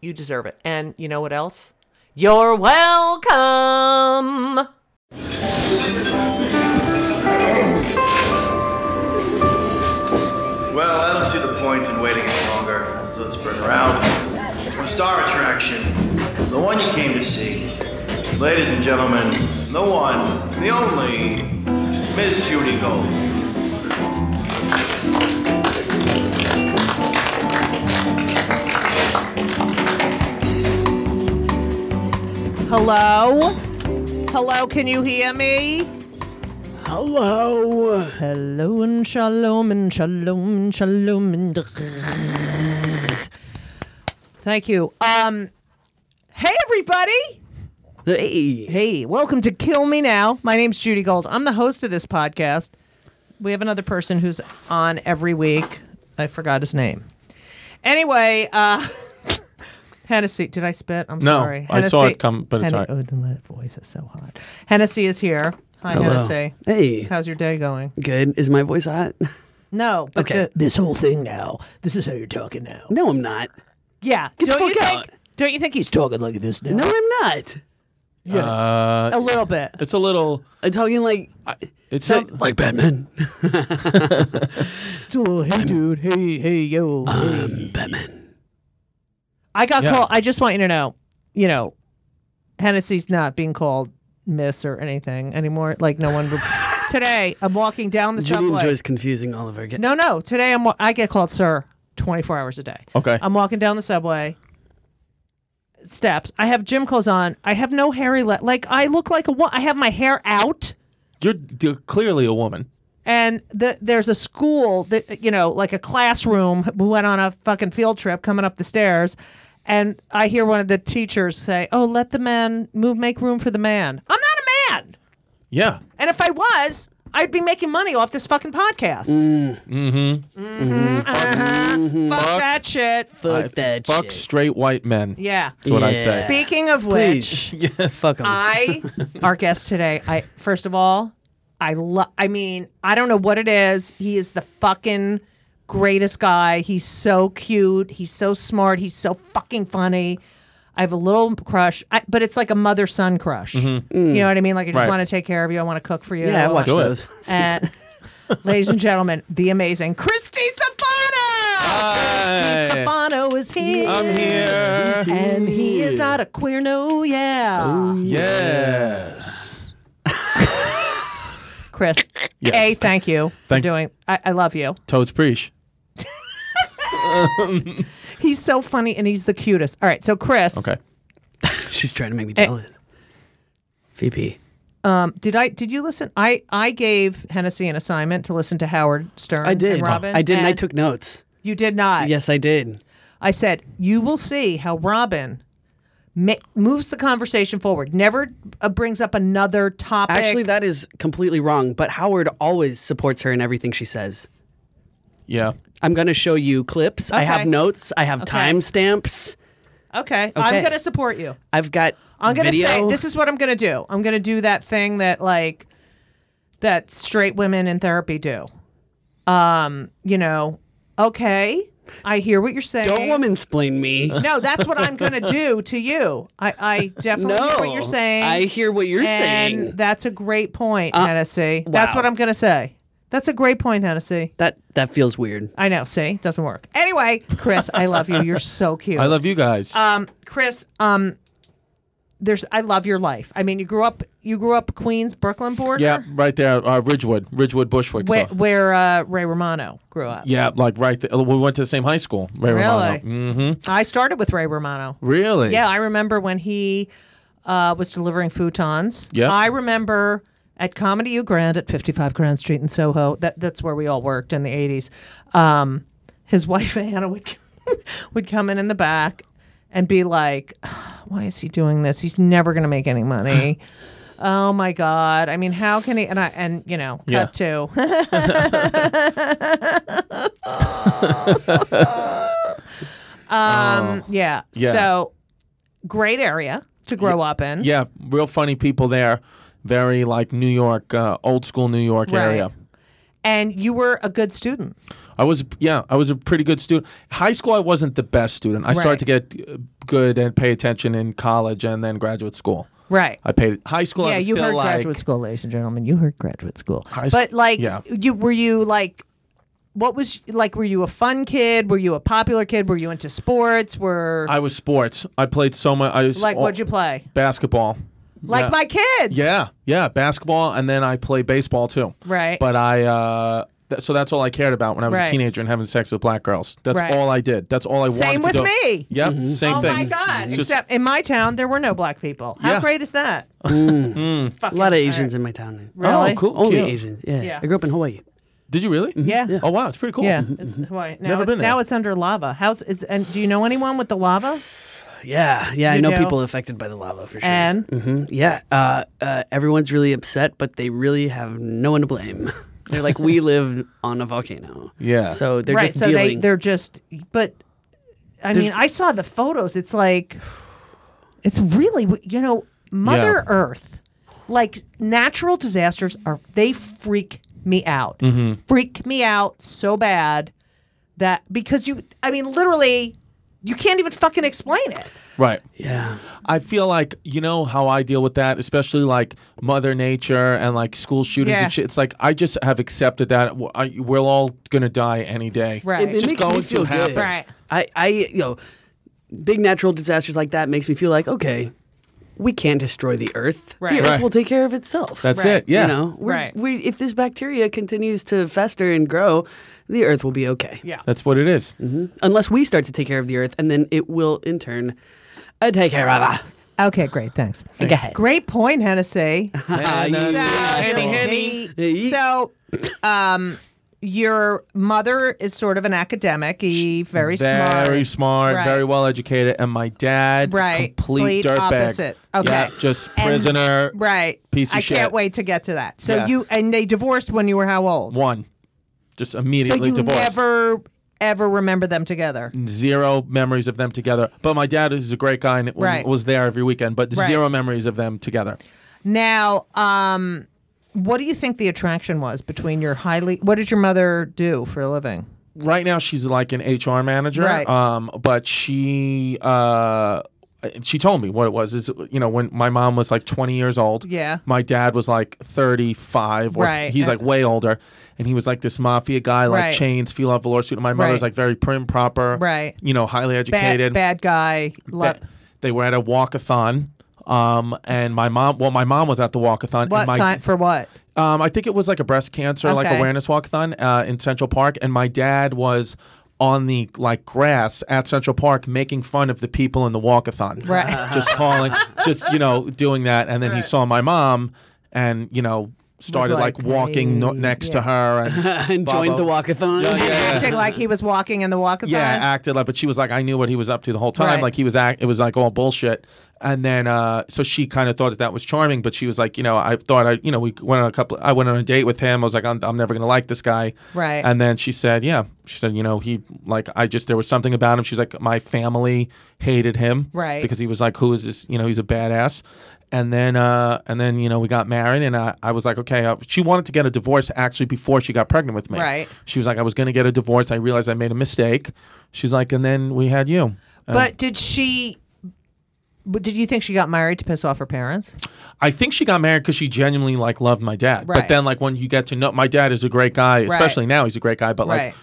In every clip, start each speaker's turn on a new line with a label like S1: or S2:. S1: You deserve it. And you know what else? You're welcome.
S2: Well, I don't see the point in waiting any longer. So let's bring her out. The star attraction, the one you came to see. Ladies and gentlemen, the one, the only, Miss Judy Gold.
S1: Hello? Hello, can you hear me?
S3: Hello.
S1: Hello and shalom and shalom and shalom and Thank you. Um Hey everybody.
S3: Hey.
S1: Hey, welcome to Kill Me Now. My name's Judy Gold. I'm the host of this podcast. We have another person who's on every week. I forgot his name. Anyway, uh Hennessy, did I spit? I'm
S4: No,
S1: sorry.
S4: I saw it come, but it's
S1: Henne-
S4: all right.
S1: Oh, that voice is so hot. Hennessy is here. Hi, Hennessy.
S3: Hey.
S1: How's your day going?
S3: Good. Is my voice hot?
S1: No. but
S3: Okay.
S1: the- this whole thing now. This is how you're talking now.
S3: No, I'm not.
S1: Yeah.
S3: the
S1: Don't you
S3: fuck
S1: think?
S3: out.
S1: Don't you think he's talking like this now?
S3: No, I'm not.
S4: Uh,
S1: A little bit.
S4: it's a little.
S3: I'm talking like
S4: It sounds
S3: like Batman.
S1: It's a little hey, dude. Hey, hey, yo.
S3: Um, Batman.
S1: I got
S4: Yeah.
S1: called. I just want you to know, you know, Hennessy's not being called Miss or anything anymore. Like no one. Would... today, I'm walking down the
S3: Judy
S1: subway.
S3: enjoys confusing all of our guests.
S1: No, no. Today, I'm. wa- I get called sir 24 hours a day.
S4: okay.
S1: I'm walking down the subway steps. I have gym clothes on. I have no hairy le- like I look like a wo- I have my hair out
S4: You're, you're clearly a woman.
S1: and the, there's a school that you know like a classroom we went on a fucking field trip coming up the stairs and I hear one of the teachers say, "Oh, let the man move make room for the man." I'm not a man.
S4: Yeah.
S1: And if I was, I'd be making money off this fucking podcast. Mm. Mm-hmm. Mm-hmm. Fuck that shit.
S3: Fuck
S4: I-
S3: that
S4: fuck
S3: shit.
S4: straight white men.
S1: Yeah.
S4: That's what I
S3: Yeah.
S4: say.
S1: Speaking of which,
S3: Please.
S4: Yes.
S3: Fuck him.
S1: I our guest today. I first of all, I love. I mean, I don't know what it is. He is the fucking greatest guy. He's so cute. He's so smart. He's so fucking funny. I have a little crush, I, but it's like a mother son crush. You know what I mean? Like I just
S4: Right.
S1: want to take care of you. I want to cook for you.
S3: Yeah, I watched
S4: Do it.
S3: those.
S1: And, ladies and gentlemen, the amazing Christy Stefano. Christy
S4: Hi.
S1: Stefano is here.
S4: I'm here.
S1: And he is not a queer, no, yeah.
S4: Yes.
S1: Chris,
S4: Yes.
S1: A, thank you
S4: Thank-
S1: for doing, I, I love you.
S4: Toads preach.
S1: He's so funny and he's the cutest. All right, so Chris,
S4: Okay.
S3: She's trying to make me jealous. VP.
S1: um, did I did you listen? I I gave Hennessy an assignment to listen to Howard Stern.
S3: I did.
S1: And Robin.
S3: I did, and I
S1: and
S3: took notes.
S1: You did not.
S3: Yes, I did.
S1: I said, you will see how Robin ma- moves the conversation forward, never uh, brings up another topic.
S3: Actually, that is completely wrong, but Howard always supports her in everything she says.
S4: Yeah.
S3: I'm going to show you clips. I have
S1: Okay.
S3: notes. I have timestamps.
S1: okay, I'm
S3: Okay.
S1: going to support you.
S3: I've got
S1: I'm going to
S3: video.
S1: say, this is what I'm going to do. I'm going to do that thing that, like, that straight women in therapy do. Um, you know, okay, I hear what you're saying.
S3: Don't woman explain me.
S1: No, that's what I'm going to do to you. I, I definitely
S3: No.
S1: hear what you're saying.
S3: I hear what you're
S1: and
S3: saying. Uh,
S1: that's a great point, Hennessy. That's
S3: wow.
S1: what I'm going to say. That's a great point, Hennessy.
S3: That that feels weird.
S1: I know. See, doesn't work. Anyway, Chris, I love you. You're so cute.
S4: I love you guys.
S1: um, Chris. Um, there's. I love your life. I mean, you grew up. You grew up Queens, Brooklyn border.
S4: yeah, right there, uh, Ridgewood, Ridgewood, Bushwick.
S1: Where,
S4: so-
S1: where uh, Ray Romano grew up.
S4: Yeah, like right. There. We went to the same high school. Ray
S1: Really?
S4: Romano. Mm-hmm.
S1: I started with Ray Romano.
S4: Really?
S1: Yeah, I remember when he uh, was delivering futons.
S4: Yeah.
S1: I remember at Comedy U Grand at 55 Grand Street in Soho. That that's where we all worked in the 80s. Um, his wife Anna would would come in in the back and be like, "Why is he doing this? He's never going to make any money." Oh my God! I mean, how can he? And I and you know,
S4: Yeah.
S1: cut to Um, yeah.
S4: Yeah.
S1: So great area to grow up in.
S4: Yeah, real funny people there. Very like New York, uh, old school New York
S1: Right.
S4: area.
S1: And you were a good student.
S4: I was yeah, I was a pretty good student. High school, I wasn't the best student. I
S1: Right.
S4: started to get uh, good and pay attention in college and then graduate school.
S1: Right.
S4: I paid high school. I
S1: yeah,
S4: was
S1: you
S4: still
S1: heard
S4: like,
S1: graduate school, ladies and gentlemen. You heard graduate school.
S4: s-
S1: but like
S4: yeah.
S1: you were you like what was like were you a fun kid? Were you a popular kid? Were you into sports? Were
S4: I was sports. I played so much. I was
S1: like
S4: all-
S1: what'd you play?
S4: Basketball.
S1: Like
S4: Yeah.
S1: my kids.
S4: Yeah, yeah, basketball, and then I play baseball too.
S1: Right.
S4: But I, uh, th- so that's all I cared about when I was
S1: Right.
S4: a teenager and having sex with black girls. That's
S1: Right.
S4: all I did. That's all I
S1: Same
S4: wanted to
S1: with
S4: do.
S1: me.
S4: Yep. Same
S1: Oh
S4: thing.
S1: my god.
S4: It's just-
S1: Except in my town there were no black people. How
S4: Yeah.
S1: great is that? It's
S3: A
S1: fucking-
S3: lot of Asians in my town.
S1: Really?
S4: Oh, cool.
S3: Only
S4: cute.
S3: Asians. Yeah.
S1: Yeah.
S3: I grew up in Hawaii.
S4: Did you really?
S1: Yeah.
S4: Oh wow, it's pretty cool.
S1: Yeah, it's Hawaii. Now
S4: Never
S1: it's,
S4: been there.
S1: Now it's under lava. How's is and do you know anyone with the lava?
S3: Yeah. Yeah. I
S1: You
S3: know
S1: do?
S3: people affected by the lava for sure.
S1: And
S3: hmm Yeah. Uh, uh, everyone's really upset, but they really have no one to blame. they're like, we live on a volcano.
S4: Yeah.
S3: So they're
S1: right,
S3: just
S1: so they
S3: dealing.
S1: they're just. But I mean, I saw the photos. It's like, it's really you know, Mother
S4: Yeah.
S1: Earth, like natural disasters are they freak me out,
S3: Mm-hmm.
S1: freak me out so bad that because you, I mean, literally, you can't even fucking explain it.
S4: Right.
S3: yeah.
S4: I feel like you know how I deal with that, especially like Mother Nature and like school shootings
S1: Yeah.
S4: and shit. It's like I just have accepted that w- I- we're all gonna die any day.
S1: Right. It- it
S4: It's just
S3: makes me
S4: going
S3: feel
S4: to
S3: good.
S4: happen.
S1: Right.
S3: I, I, you know, big natural disasters like that makes me feel like, okay, we can't destroy the earth.
S1: Right.
S3: The earth
S4: Right.
S3: will take care of itself.
S4: That's
S1: Right.
S4: it. Yeah.
S3: You know, we're,
S1: Right.
S3: we, if this bacteria continues to fester and grow, the earth will be okay.
S1: Yeah.
S4: That's what it is.
S3: Unless we start to take care of the earth, and then it will in turn uh, take care of us.
S1: Okay. Great. Thanks.
S3: Go ahead.
S1: Great point, Hennessy.
S4: And, uh,
S1: So,
S3: Hey.
S1: so, um, your mother is sort of an academic, very,
S4: very
S1: smart.
S4: smart,
S1: Right.
S4: very well educated, and my dad,
S1: Right. Complete
S4: complete dirtbag.
S1: opposite. Okay.
S4: Yeah, just
S1: And-
S4: prisoner.
S1: Right.
S4: Piece of
S1: I can't
S4: shit.
S1: wait to get to that. So
S4: Yeah.
S1: you and they divorced when you were how old?
S4: One, just
S1: so
S4: immediately
S1: you
S4: divorced.
S1: never ever remember them together.
S4: zero memories of them together. But my dad is a great guy and it was-
S1: Right.
S4: was there every weekend. But
S1: Right.
S4: zero memories of them together.
S1: Now, um, what do you think the attraction was between your highly? What did your mother do for a living?
S4: right now she's like an HR manager.
S1: Right.
S4: Um, but she um, uh she told me what it was. Is you know when my mom was like 20 years old.
S5: Yeah.
S4: My dad was like 35. Or
S5: Right.
S4: He's like way older, and he was like this mafia guy, like
S5: Right.
S4: chains, feel out velour suit. And my mother's
S5: Right.
S4: like very prim proper.
S5: Right.
S4: You know, highly
S5: Bad,
S4: educated.
S5: bad guy. Lo-
S4: Ba- They were at a walkathon. Um, and my mom, well, my mom was at the walkathon.
S5: what
S4: and my,
S5: kind for what?
S4: um, I think it was like a breast cancer like
S5: Okay.
S4: awareness walkathon uh, in Central Park, and my dad was on the like grass at Central Park making fun of the people in the walkathon,
S5: Right.
S4: Just calling, just you know, doing that, and then he saw my mom, and you know, started like,
S5: like,
S4: walking no- next to her, and
S3: and joined the
S4: Bobo-
S3: walkathon.
S4: Yeah, yeah.
S5: Acting like he was walking in the walkathon.
S4: yeah, acted like, but she was like, I knew what he was up to the whole time.
S5: Right.
S4: Like he was, act, it was like all bullshit. And then, uh, so she kind of thought that that was charming, but she was like, you know, I thought I, you know, we went on a couple, I went on a date with him. I was like, I'm, I'm never gonna like this guy.
S5: Right.
S4: And then she said, yeah, she said, you know, he like, I just there was something about him. She's like, my family hated him,
S5: Right.
S4: Because he was like, who is this? You know, he's a badass. And then, uh, and then, you know, we got married, and I, I was like, okay. Uh, she wanted to get a divorce actually before she got pregnant with me.
S5: Right.
S4: She was like, I was going to get a divorce. I realized I made a mistake. She's like, and then we had you. And
S5: But did she? But did you think she got married to piss off her parents?
S4: I think she got married because she genuinely like loved my dad. But
S5: Right.
S4: then like when you get to know my dad is a great guy, especially now he's a great guy. But like,
S5: Right.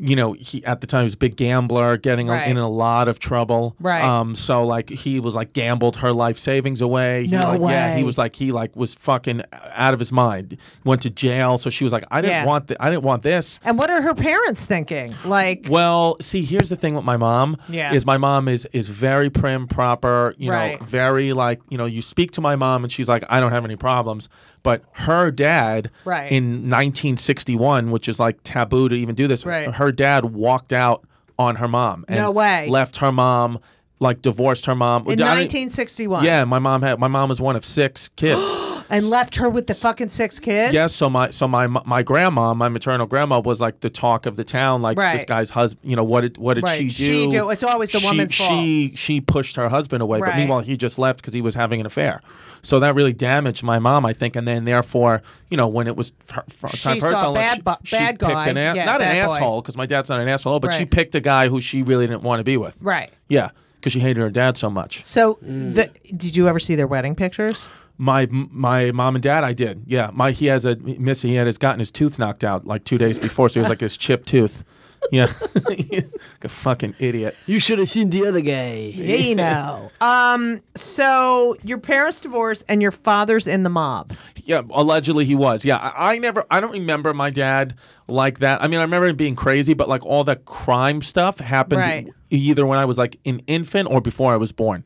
S4: you know, he at the time he was a big gambler, getting a-
S5: Right.
S4: in a lot of trouble.
S5: Right.
S4: Um. So like he was like gambled her life savings away. He,
S5: No
S4: like, Yeah. He
S5: way.
S4: was like he like was fucking out of his mind. Went to jail. So she was like, I didn't
S5: Yeah.
S4: want th- I didn't want this.
S5: And what are her parents thinking? Like,
S4: Well, see, here's the thing with my mom.
S5: Yeah.
S4: Is my mom is is very prim proper, you
S5: Right.
S4: know, very like, you know, you speak to my mom and she's like, I don't have any problems. But her dad
S5: Right.
S4: in 1961, which is like taboo to even do this,
S5: Right.
S4: her dad walked out on her mom and
S5: No way.
S4: left her mom, like divorced her mom.
S5: in
S4: I didn't-
S5: 1961.
S4: Yeah, my mom had my mom was one of six kids.
S5: And left her with the fucking six kids.
S4: Yes, so my so my my grandma, my maternal grandma, was like the talk of the town. Like this
S5: Right.
S4: guy's husband, you know what did what did
S5: Right.
S4: she do?
S5: She do- it's always the
S4: she,
S5: woman's fault.
S4: She she pushed her husband away, but
S5: Right.
S4: meanwhile he just left because he was having an affair. So that really damaged my mom, I think, and then therefore, you know, when it was her, her
S5: She
S4: time for her
S5: saw a
S4: to like,
S5: bad
S4: she,
S5: bu-
S4: she
S5: bad
S4: picked
S5: guy.
S4: an a-
S5: Yeah,
S4: not an
S5: bad boy.
S4: asshole because my dad's not an asshole, but she
S5: Right.
S4: picked a guy who she really didn't want to be with.
S5: Right.
S4: Yeah, because she hated her dad so much.
S5: So, the, did you ever see their wedding pictures?
S4: My my mom and dad, I did. Yeah, my he has a Missy. He had has gotten his tooth knocked out like two days before, so he was like this chipped tooth. Yeah, like a fucking idiot.
S3: You should have seen the other guy.
S5: You know. Um. So your parents divorce and your father's in the mob.
S4: Yeah, allegedly he was. Yeah, I, I never. I don't remember my dad like that. I mean, I remember him being crazy, but like all the crime stuff happened
S5: Right.
S4: either when I was like an infant or before I was born.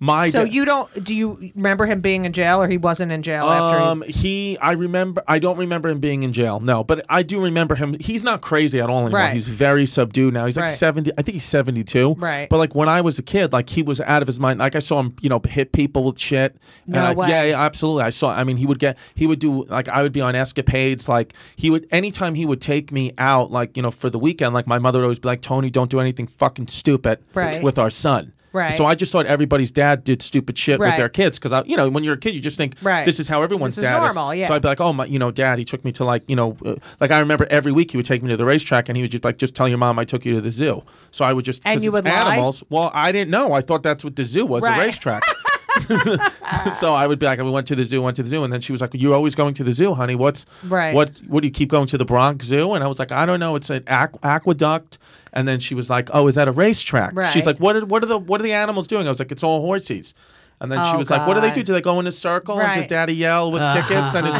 S4: My
S5: So
S4: da-
S5: you don't? Do you remember him being in jail, or he wasn't in jail after? he-
S4: Um, he, I remember, I don't remember him being in jail. No, but I do remember him. He's not crazy at all anymore.
S5: Right.
S4: He's very subdued now. He's like
S5: Right.
S4: 70, I think he's 72.
S5: Right.
S4: But like when I was a kid, like he was out of his mind. Like I saw him, you know, hit people with shit. And
S5: No
S4: I,
S5: way.
S4: Yeah, yeah, absolutely. I saw, I mean, he would get, he would do, like I would be on escapades. Like he would, anytime he would take me out, like, you know, for the weekend, like my mother would always be like, Tony, don't do anything fucking stupid
S5: Right.
S4: with our son.
S5: Right.
S4: So I just thought everybody's dad did stupid shit with
S5: Right.
S4: their kids because I, you know, when you're a kid, you just think
S5: Right.
S4: this is how everyone
S5: This is
S4: dad
S5: normal, yeah.
S4: So I'd be like, oh my, you know, dad, he took me to like, you know, uh, like I remember every week he would take me to the racetrack and he would just like, just tell your mom I took you to the zoo. So I would just 'cause
S5: And you
S4: it's
S5: would lie?
S4: animals. Well, I didn't know. I thought that's what the zoo was, a
S5: Right.
S4: racetrack. so I would be like, we went to the zoo, went to the zoo, and then she was like, "You're always going to the zoo, honey. What's
S5: Right.
S4: What? What do you keep going to the Bronx Zoo?" And I was like, "I don't know. It's an aqu- aqueduct." And then she was like, "Oh, is that a racetrack?" She's
S5: Right.
S4: like, "What? Are, what are the what are the animals doing?" I was like, "It's all horses." And then she
S5: Oh,
S4: was like, "What do they
S5: God.
S4: do? Do they go in a circle and does
S5: Right.
S4: Daddy yell with tickets and his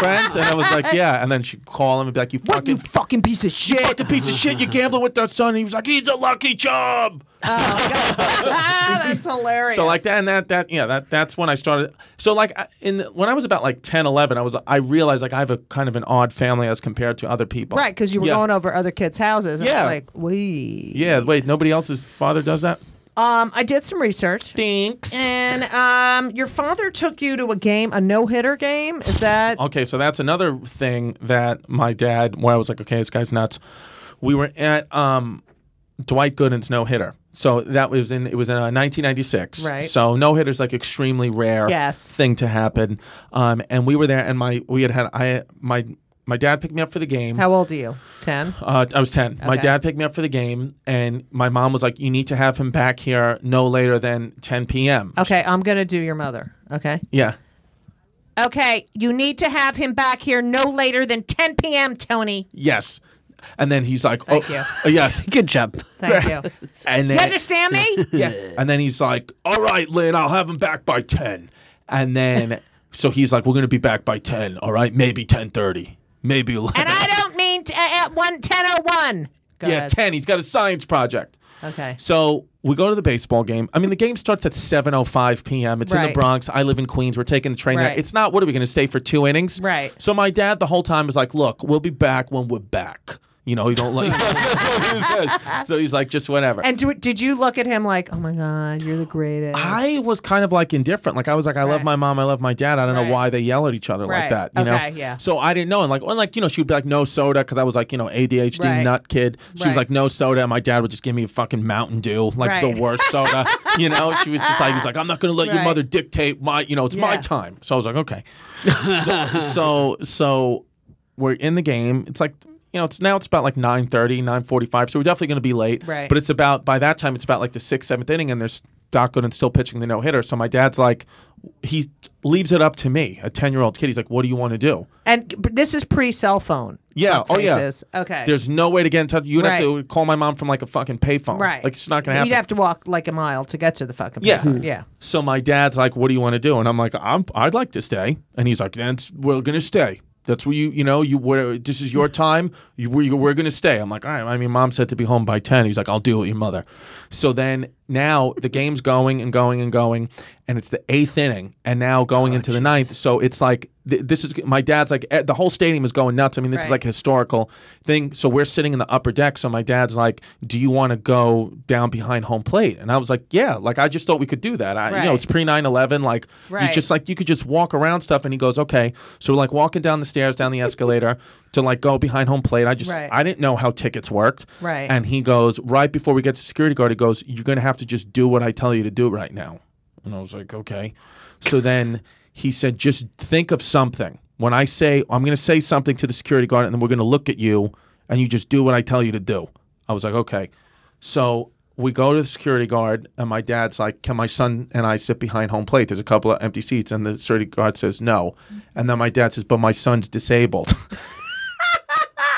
S4: friends?" And I was like, "Yeah." And then she'd call him and be like, "You
S1: What you
S4: fucking
S1: fucking piece of shit?
S4: fucking piece of shit! You gambling with our son?" And he was like, "He's a lucky chub."
S5: ah, that's hilarious.
S4: So like that and that that yeah that that's when I started. So like I- in when I was about like 10, 11, I was I realized like I have a kind of an odd family as compared to other people.
S5: Right, because you were
S4: Yeah.
S5: going over other kids' houses. And yeah.
S4: Yeah.
S5: Like, we.
S4: Yeah. Wait. Nobody else's father does that.
S5: Um, I did some research.
S4: Thanks.
S1: Eh,
S5: And um, your father took you to a game, a no hitter game. Is that
S4: Okay, so that's another thing that my dad, where I was like, okay, this guy's nuts. We were at um, Dwight Gooden's no hitter. So that was in it was in uh, 1996.
S5: Right.
S4: So no hitters like extremely rare
S5: Yes.
S4: thing to happen. Um, and we were there, and my we had had I my. My dad picked me up for the game.
S5: How old are you? 10?
S4: Uh, I was 10. My
S5: Okay.
S4: dad picked me up for the game, and my mom was like, You need to have him back here no later than 10 p.m.
S5: Okay, I'm going to do your mother. Okay.
S4: Yeah.
S5: Okay, you need to have him back here no later than 10 p.m., Tony.
S4: Yes. And then he's like,
S5: Thank
S4: oh,
S5: you.
S4: uh, Yes.
S3: Good job.
S5: Thank you.
S4: And
S5: You
S4: then,
S5: understand me?
S4: yeah. and then he's like, All right, Lynn, I'll have him back by 10. And then, so he's like, We're going to be back by 10. All right. Maybe 10.30. Maybe 11.
S5: And I don't mean t- uh, at 1 10:01. Go
S4: yeah,
S5: ahead.
S4: 10. He's got a science project.
S5: Okay.
S4: So we go to the baseball game. I mean, the game starts at 7:05 p.m. It's in
S5: Right.
S4: the Bronx. I live in Queens. We're taking the train
S5: Right.
S4: there. It's not. What are we going to stay for two innings?
S5: Right.
S4: So my dad the whole time was like, "Look, we'll be back when we're back." You know, he don't like. so he's like, just whatever.
S5: And do, did you look at him like, oh my God, you're the greatest?
S4: I was kind of like indifferent. Like I was like, I love
S5: Right.
S4: my mom, I love my dad. I don't
S5: Right.
S4: know why they yell at each other like
S5: Right.
S4: that. You
S5: Okay,
S4: know?
S5: yeah.
S4: So I didn't know. And like, or like you know, she would be like, no soda, because I was like, you know, ADHD
S5: Right.
S4: nut kid. She
S5: Right.
S4: was like, no soda. And my dad would just give me a fucking Mountain Dew, like
S5: Right.
S4: the worst soda. you know, she was just like, he's like, I'm not gonna let your
S5: Right.
S4: mother dictate my, you know, it's my
S5: Yeah.
S4: time. So I was like, okay. so, so so we're in the game. It's like. You know, it's now it's about like 9.30, 9.45, so we're definitely going to be late.
S5: Right.
S4: But it's it's about by that time it's about like the sixth, seventh inning, and there's Doc Gooden still pitching the no hitter. So my dad's like, he leaves it up to me, a ten year old kid. He's like, what do you want to do?
S5: and but this is pre cell phone.
S4: Yeah, oh yeah.
S5: faces. Okay.
S4: There's no way to get in touch. You would have to call my mom from like a fucking payphone.
S5: right.
S4: Like it's not gonna happen.
S5: You'd have to walk like a mile to get to the fucking
S4: Yeah.
S5: place. Yeah.
S4: So my dad's like, "What do you want to do?" And I'm like, I'm, "I'd like to stay." And he's like, "That's we're gonna stay. That's where you you know you where this is your time. You, we're, we're gonna stay." I'm like, "All right." I mean, mom said to be home by ten. He's like, "I'll deal with your mother." So then now the game's going and going and going, and it's the eighth inning, and now going into the ninth. So it's like th- this is my dad's like eh, the whole stadium is going nuts. I mean, this
S5: Right.
S4: is like a historical thing. So we're sitting in the upper deck. So my dad's like, "Do you want to go down behind home plate?" And I was like, "Yeah." Like I just thought we could do that. I, you
S5: Right.
S4: know, it's pre 9-11 like
S5: Right.
S4: you just like you could just walk around stuff and he goes okay so we're like walking down the stairs down the escalator to like go behind home plate i just
S5: Right.
S4: i didn't know how tickets worked
S5: Right.
S4: and he goes right before we get to security guard he goes you're gonna have to just do what i tell you to do right now and i was like okay so then he said just think of something when i say i'm gonna say something to the security guard and then we're gonna look at you and you just do what i tell you to do i was like okay so we go to the security guard, and my dad's like, "Can my son and I sit behind home plate?" There's a couple of empty seats, and the security guard says no, and then my dad says, "But my son's disabled,"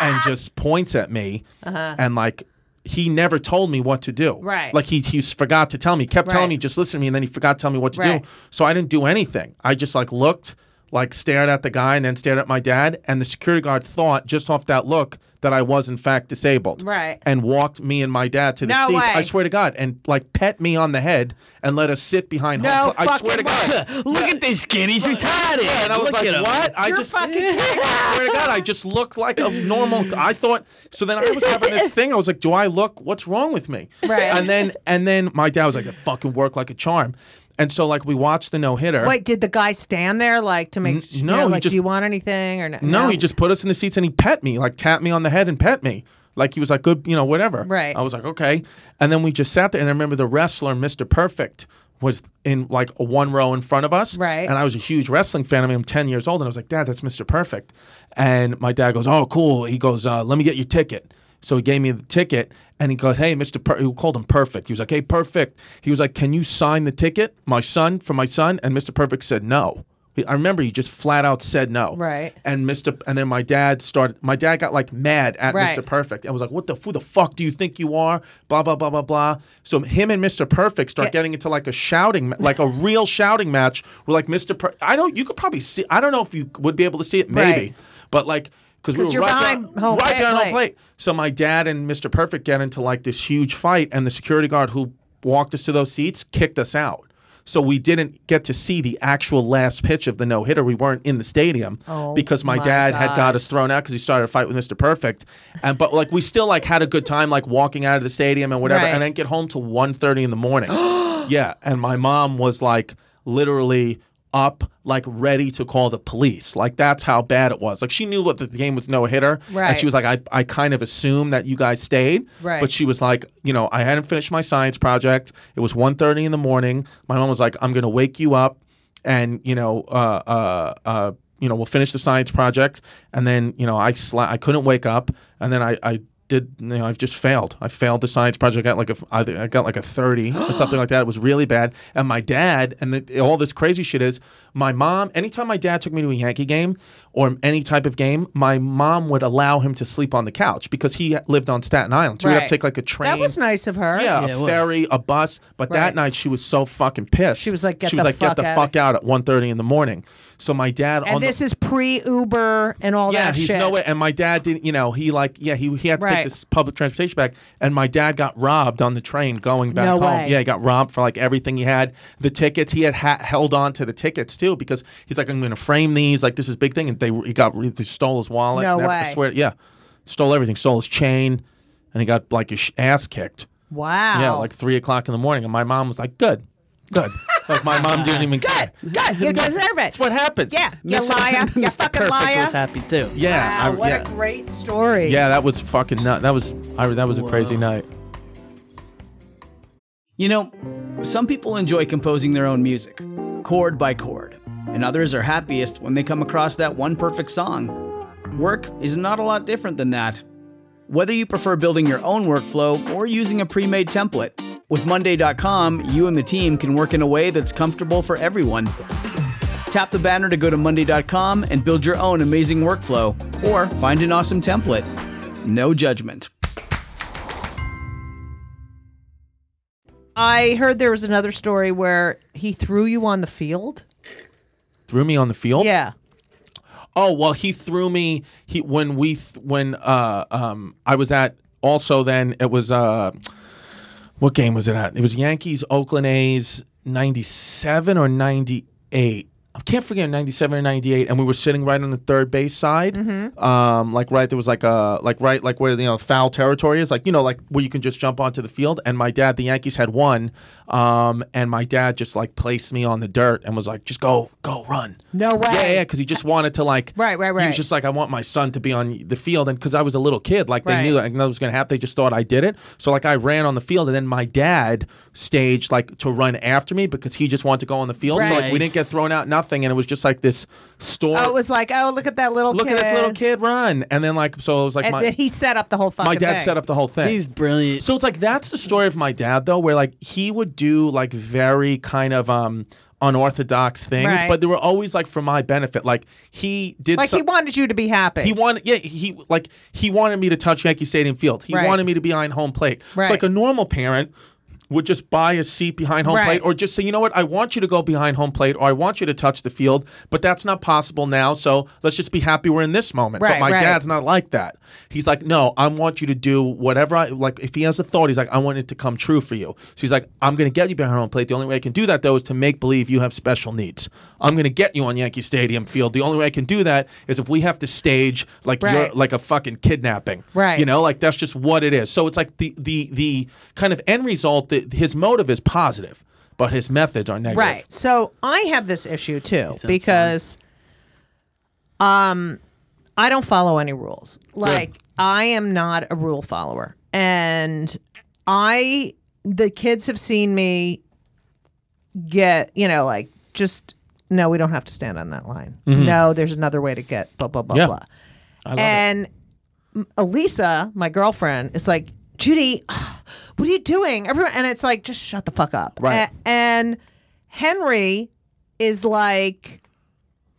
S4: and just points at me, and like. He never told me what to do.
S5: Right.
S4: Like he he forgot to tell me. He kept
S5: Right.
S4: telling me just listen to me, and then he forgot to tell me what to
S5: Right.
S4: do. So I didn't do anything. I just like looked, like stared at the guy, and then stared at my dad. And the security guard thought just off that look that I was in fact disabled.
S5: Right.
S4: And walked me and my dad to the
S5: No
S4: seats.
S5: way.
S4: I swear to God, and like pet me on the head and let us sit behind
S5: No
S4: home. plate. I
S5: fucking
S4: swear to God.
S5: way.
S3: Look at this kid. He's retarded.
S4: Yeah, and I was
S3: Look at
S4: like,
S3: him.
S4: "What? I
S5: You're
S4: just
S5: fucking kidding.
S4: I swear to God, I just looked like a normal. I thought so. Then I was having this thing. I was like, "Do I look? What's wrong with me?"
S5: Right.
S4: And then and then my dad was like, "It fucking worked like a charm." And so like we watched the no hitter.
S5: Wait, did the guy stand there like to make sure?
S4: no, he
S5: like,
S4: just-
S5: do you want anything or no?
S4: No, he just put us in the seats and he pet me, like tapped me on the head and pet me. Like he was like, good, you know, whatever.
S5: Right.
S4: I was like, okay. And then we just sat there. And I remember the wrestler, Mr. Perfect, was in like a one row in front of us.
S5: Right.
S4: And I was a huge wrestling fan. I mean, I'm 10 years old. And I was like, Dad, that's Mr. Perfect. And my dad goes, oh, cool. He goes, uh, let me get your ticket. So he gave me the ticket and he goes, hey, Mr. Per-, he called him Perfect. He was like, hey, Perfect. He was like, can you sign the ticket, my son, for my son? And Mr. Perfect said no. He- I remember he just flat out said no.
S5: Right.
S4: And Mr. P- And then my dad started. My dad got like mad at
S5: Right.
S4: Mr. Perfect. I was like, "What the who the fuck do you think you are?" Blah blah blah blah blah. So him and Mr. Perfect start getting into like a shouting, ma- like a real shouting match. Where like Mr. Per- I don't. You could probably see. I don't know if you would be able to see it, maybe,
S5: Right.
S4: but like. Because we
S5: 'Cause
S4: were
S5: you're
S4: right
S5: behind
S4: down,
S5: home
S4: right
S5: plate,
S4: down
S5: plate.
S4: home plate. So my dad and Mr. Perfect get into like this huge fight, and the security guard who walked us to those seats kicked us out. So we didn't get to see the actual last pitch of the no hitter. We weren't in the stadium
S5: Oh
S4: because my,
S5: my
S4: dad
S5: God.
S4: had got us thrown out because he started a fight with Mr. Perfect. And but like we still like had a good time like walking out of the stadium and whatever.
S5: Right.
S4: And I didn't get home till 1.30 in the morning. yeah, and my mom was like literally up like ready to call the police like that's how bad it was like she knew what the game was no hitter
S5: Right.
S4: and she was like I, I kind of assumed that you guys stayed
S5: Right.
S4: but she was like you know i hadn't finished my science project it was 1.30 in the morning my mom was like i'm gonna wake you up and you know uh uh uh you know, we'll finish the science project, and then you know, I sla- I couldn't wake up, and then I. I did you know? I've just failed. I failed the science project. I got like a, f- I think I got like a thirty or something like that. It was really bad. And my dad, and the, all this crazy shit is, my mom. Anytime my dad took me to a Yankee game or any type of game, my mom would allow him to sleep on the couch because he lived on Staten Island. So we'd have
S3: Right.
S4: to take like a train.
S1: That was nice of her.
S4: Yeah,
S3: Yeah, it
S4: a
S3: was.
S4: ferry, a bus. But
S1: Right.
S4: that night she was so fucking pissed.
S1: She was like, "Get
S4: she was
S1: the
S4: like, get
S1: fuck
S4: the
S1: outta
S4: fuck out at 1.30 in the morning. So my dad
S1: And
S4: on
S1: this
S4: the,
S1: is pre Uber and all
S4: yeah,
S1: that
S4: he's
S1: shit.
S4: no way. And my dad didn't, you know, he like, yeah, he, he had to
S1: Right.
S4: take this public transportation back. And my dad got robbed on the train going back
S1: No
S4: home.
S1: way.
S4: Yeah, he got robbed for like everything he had. The tickets, he had ha- held on to the tickets too because he's like, I'm going to frame these. Like, this is big thing. And they he got, they stole his wallet.
S1: No
S4: and every-
S1: way.
S4: I swear, yeah. Stole everything, stole his chain, and he got like his sh- ass kicked.
S1: Wow.
S4: Yeah, like three o'clock in the morning, and my mom was like, "Good, good." like my mom didn't even care.
S1: Good. You deserve it.
S4: That's what happens.
S1: Yeah. You
S3: Mr.
S1: liar. You
S3: Mr.
S1: fucking
S3: Perfect
S1: liar.
S3: was happy too.
S4: Yeah.
S1: Wow,
S4: I-
S1: what
S4: yeah.
S1: a great story.
S4: yeah. That was fucking nut. That was I, that was a crazy night.
S6: You know, some people enjoy composing their own music, chord by chord, and others are happiest when they come across that one perfect song. Work is not a lot different than that. Whether you prefer building your own workflow or using a pre made template, with Monday.com, you and the team can work in a way that's comfortable for everyone. Tap the banner to go to Monday.com and build your own amazing workflow or find an awesome template. No judgment.
S1: I heard there was another story where he threw you on the field.
S4: Threw me on the field.
S1: Yeah.
S4: Oh well, he threw me. He when we th- when uh um I was at also then it was uh what game was it at? It was Yankees Oakland A's ninety seven or ninety eight. I can't forget ninety seven or ninety eight, and we were sitting right on the third base side,
S1: Mm-hmm.
S4: um, like right there was like a like right like where you know foul territory is, like you know like where you can just jump onto the field. And my dad, the Yankees had won, um, and my dad just like placed me on the dirt and was like, just go go run.
S1: No way.
S4: Yeah, yeah, because he just wanted to like.
S1: Right, right,
S4: He
S1: right.
S4: was just like, I want my son to be on the field, and because I was a little kid, like they
S1: Right.
S4: knew like, that was going to happen. They just thought I did it. So like I ran on the field, and then my dad staged like to run after me because he just wanted to go on the field. So like we didn't get
S3: Nice.
S4: thrown out, nothing, and it was just like this story.
S1: Oh, it was like, oh, look at that little
S4: Look
S1: kid.
S4: at this little kid run, and then like so it was like
S1: And
S4: my
S1: then he set up the whole fucking
S4: my dad
S1: thing.
S4: set up the whole thing.
S3: He's brilliant.
S4: So it's like that's the story of my dad though, where like he would do like very kind of um unorthodox things,
S1: Right.
S4: but they were always like for my benefit. Like he did
S1: Like
S4: so-
S1: he wanted you to be happy.
S4: he wanted, yeah, he like he wanted me to touch Yankee Stadium field. He
S1: Right.
S4: wanted me to be behind home plate. It's
S1: Right.
S4: like a normal parent would just buy a seat behind home
S1: Right.
S4: plate, or just say, you know what, I want you to go behind home plate, or I want you to touch the field, but that's not possible now. So let's just be happy we're in this moment.
S1: Right,
S4: but my
S1: right.
S4: dad's not like that. He's like, no, I want you to do whatever I like. If he has a thought, he's like, I want it to come true for you. So he's like, I'm going to get you behind home plate. The only way I can do that though is to make believe you have special needs. I'm going to get you on Yankee Stadium field. The only way I can do that is if we have to stage like your,
S1: Right.
S4: like a fucking kidnapping.
S1: Right.
S4: You know, like that's just what it is. So it's like the the the kind of end result that his motive is positive, but his methods are negative.
S1: Right. So I have this issue too
S3: sounds
S1: because um I don't follow any rules. Like I am not a rule follower. And I the kids have seen me get, you know, like just no, we don't have to stand on that line. No, there's another way to get blah blah blah
S4: Mm-hmm. Yeah.
S1: blah.
S4: I love it.
S1: And m- Elisa, my girlfriend, is like, Judy, what are you doing? Everyone, and it's like, just shut the fuck up.
S4: Right.
S1: A- and Henry is like,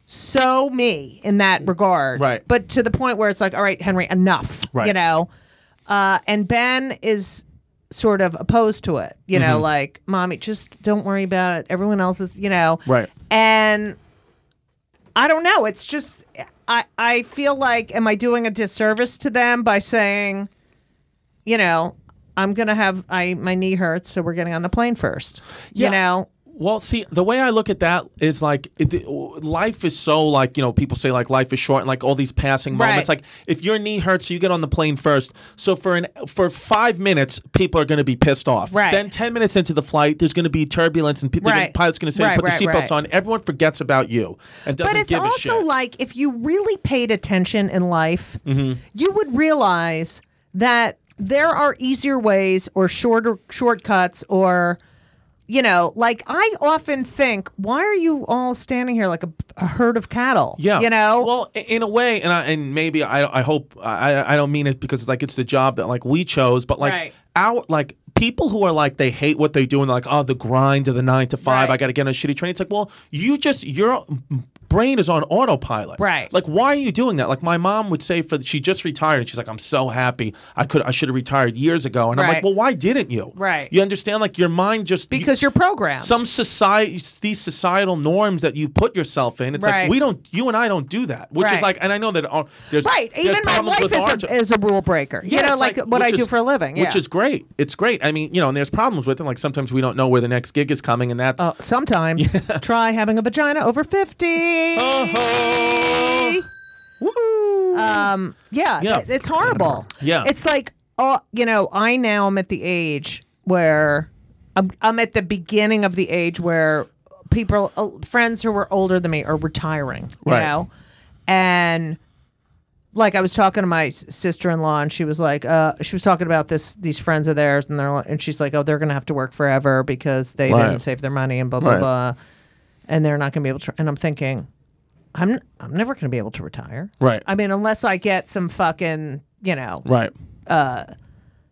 S1: so me in that regard.
S4: Right.
S1: But to the point where it's like, all right, Henry, enough.
S4: Right.
S1: You know? Uh, and Ben is sort of opposed to it. You
S4: Mm-hmm.
S1: know, like, mommy, just don't worry about it. Everyone else is, you know.
S4: Right.
S1: And I don't know. It's just I I feel like am I doing a disservice to them by saying, you know, I'm gonna have I my knee hurts, so we're getting on the plane first.
S4: Yeah.
S1: You know,
S4: Well, see, the way I look at that is like it, the- life is so like you know people say like life is short and like all these passing
S1: Right.
S4: moments. Like if your knee hurts, you get on the plane first. So for an for five minutes, people are going to be pissed off.
S1: Right.
S4: Then ten minutes into the flight, there's going to be turbulence and people,
S1: Right.
S4: the pilot's going to say
S1: Right,
S4: put
S1: right,
S4: the seatbelts
S1: right.
S4: on. Everyone forgets about you and doesn't
S1: but it's
S4: give a
S1: also
S4: shit.
S1: like if you really paid attention in life,
S4: Mm-hmm.
S1: you would realize that there are easier ways or shorter shortcuts or you know, like I often think, why are you all standing here like a, a herd of cattle?
S4: Yeah.
S1: You know?
S4: Well, i- in a way, and I, and maybe I I hope I I don't mean it because like it's the job that like we chose, but like
S1: Right.
S4: our like people who are like they hate what they do and like oh the grind of the nine to five
S1: Right.
S4: I got to get on a shitty train. It's like well you just your brain is on autopilot
S1: Right.
S4: like why are you doing that like my mom would say for she just retired and she's like i'm so happy i could i should have retired years ago and i'm like
S1: Right.
S4: well why didn't you
S1: Right.
S4: you understand like your mind just
S1: because you're programmed.
S4: some society these societal norms that you put yourself in it's like
S1: Right.
S4: we don't you and i don't do that which is
S1: Right.
S4: like and i know that our, there's
S1: right.
S4: there's
S1: Even my
S4: problems
S1: wife
S4: with our
S1: is
S4: jo-
S1: a, is a rule breaker.
S4: Yeah,
S1: you know,
S4: it's
S1: like, what I
S4: which
S1: do
S4: is-
S1: for a living.
S4: which
S1: yeah.
S4: is great it's great i mean you know and there's problems with it like sometimes we don't know where the next gig is coming and that's
S1: Oh, sometimes try having a vagina over 50.
S4: Oh, woo.
S1: Um, yeah,
S4: Yeah.
S1: it- it's horrible.
S4: Yeah.
S1: It's like, oh, you know, I now am at the age where I'm, I'm at the beginning of the age where people, uh, friends who were older than me are retiring, you
S4: Right.
S1: know? And like I was talking to my sister in law, and she was like, uh, she was talking about this these friends of theirs, and they're and she's like, oh, they're gonna have to work forever because they
S4: Right.
S1: didn't save their money and blah blah
S4: Right.
S1: blah, and they're not gonna be able to. And I'm thinking, I'm I'm never gonna be able to retire,
S4: Right.
S1: I mean, unless I get some fucking you know
S4: right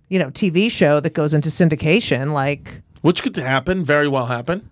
S1: you know TV show that goes into syndication, like
S4: which could happen very well happen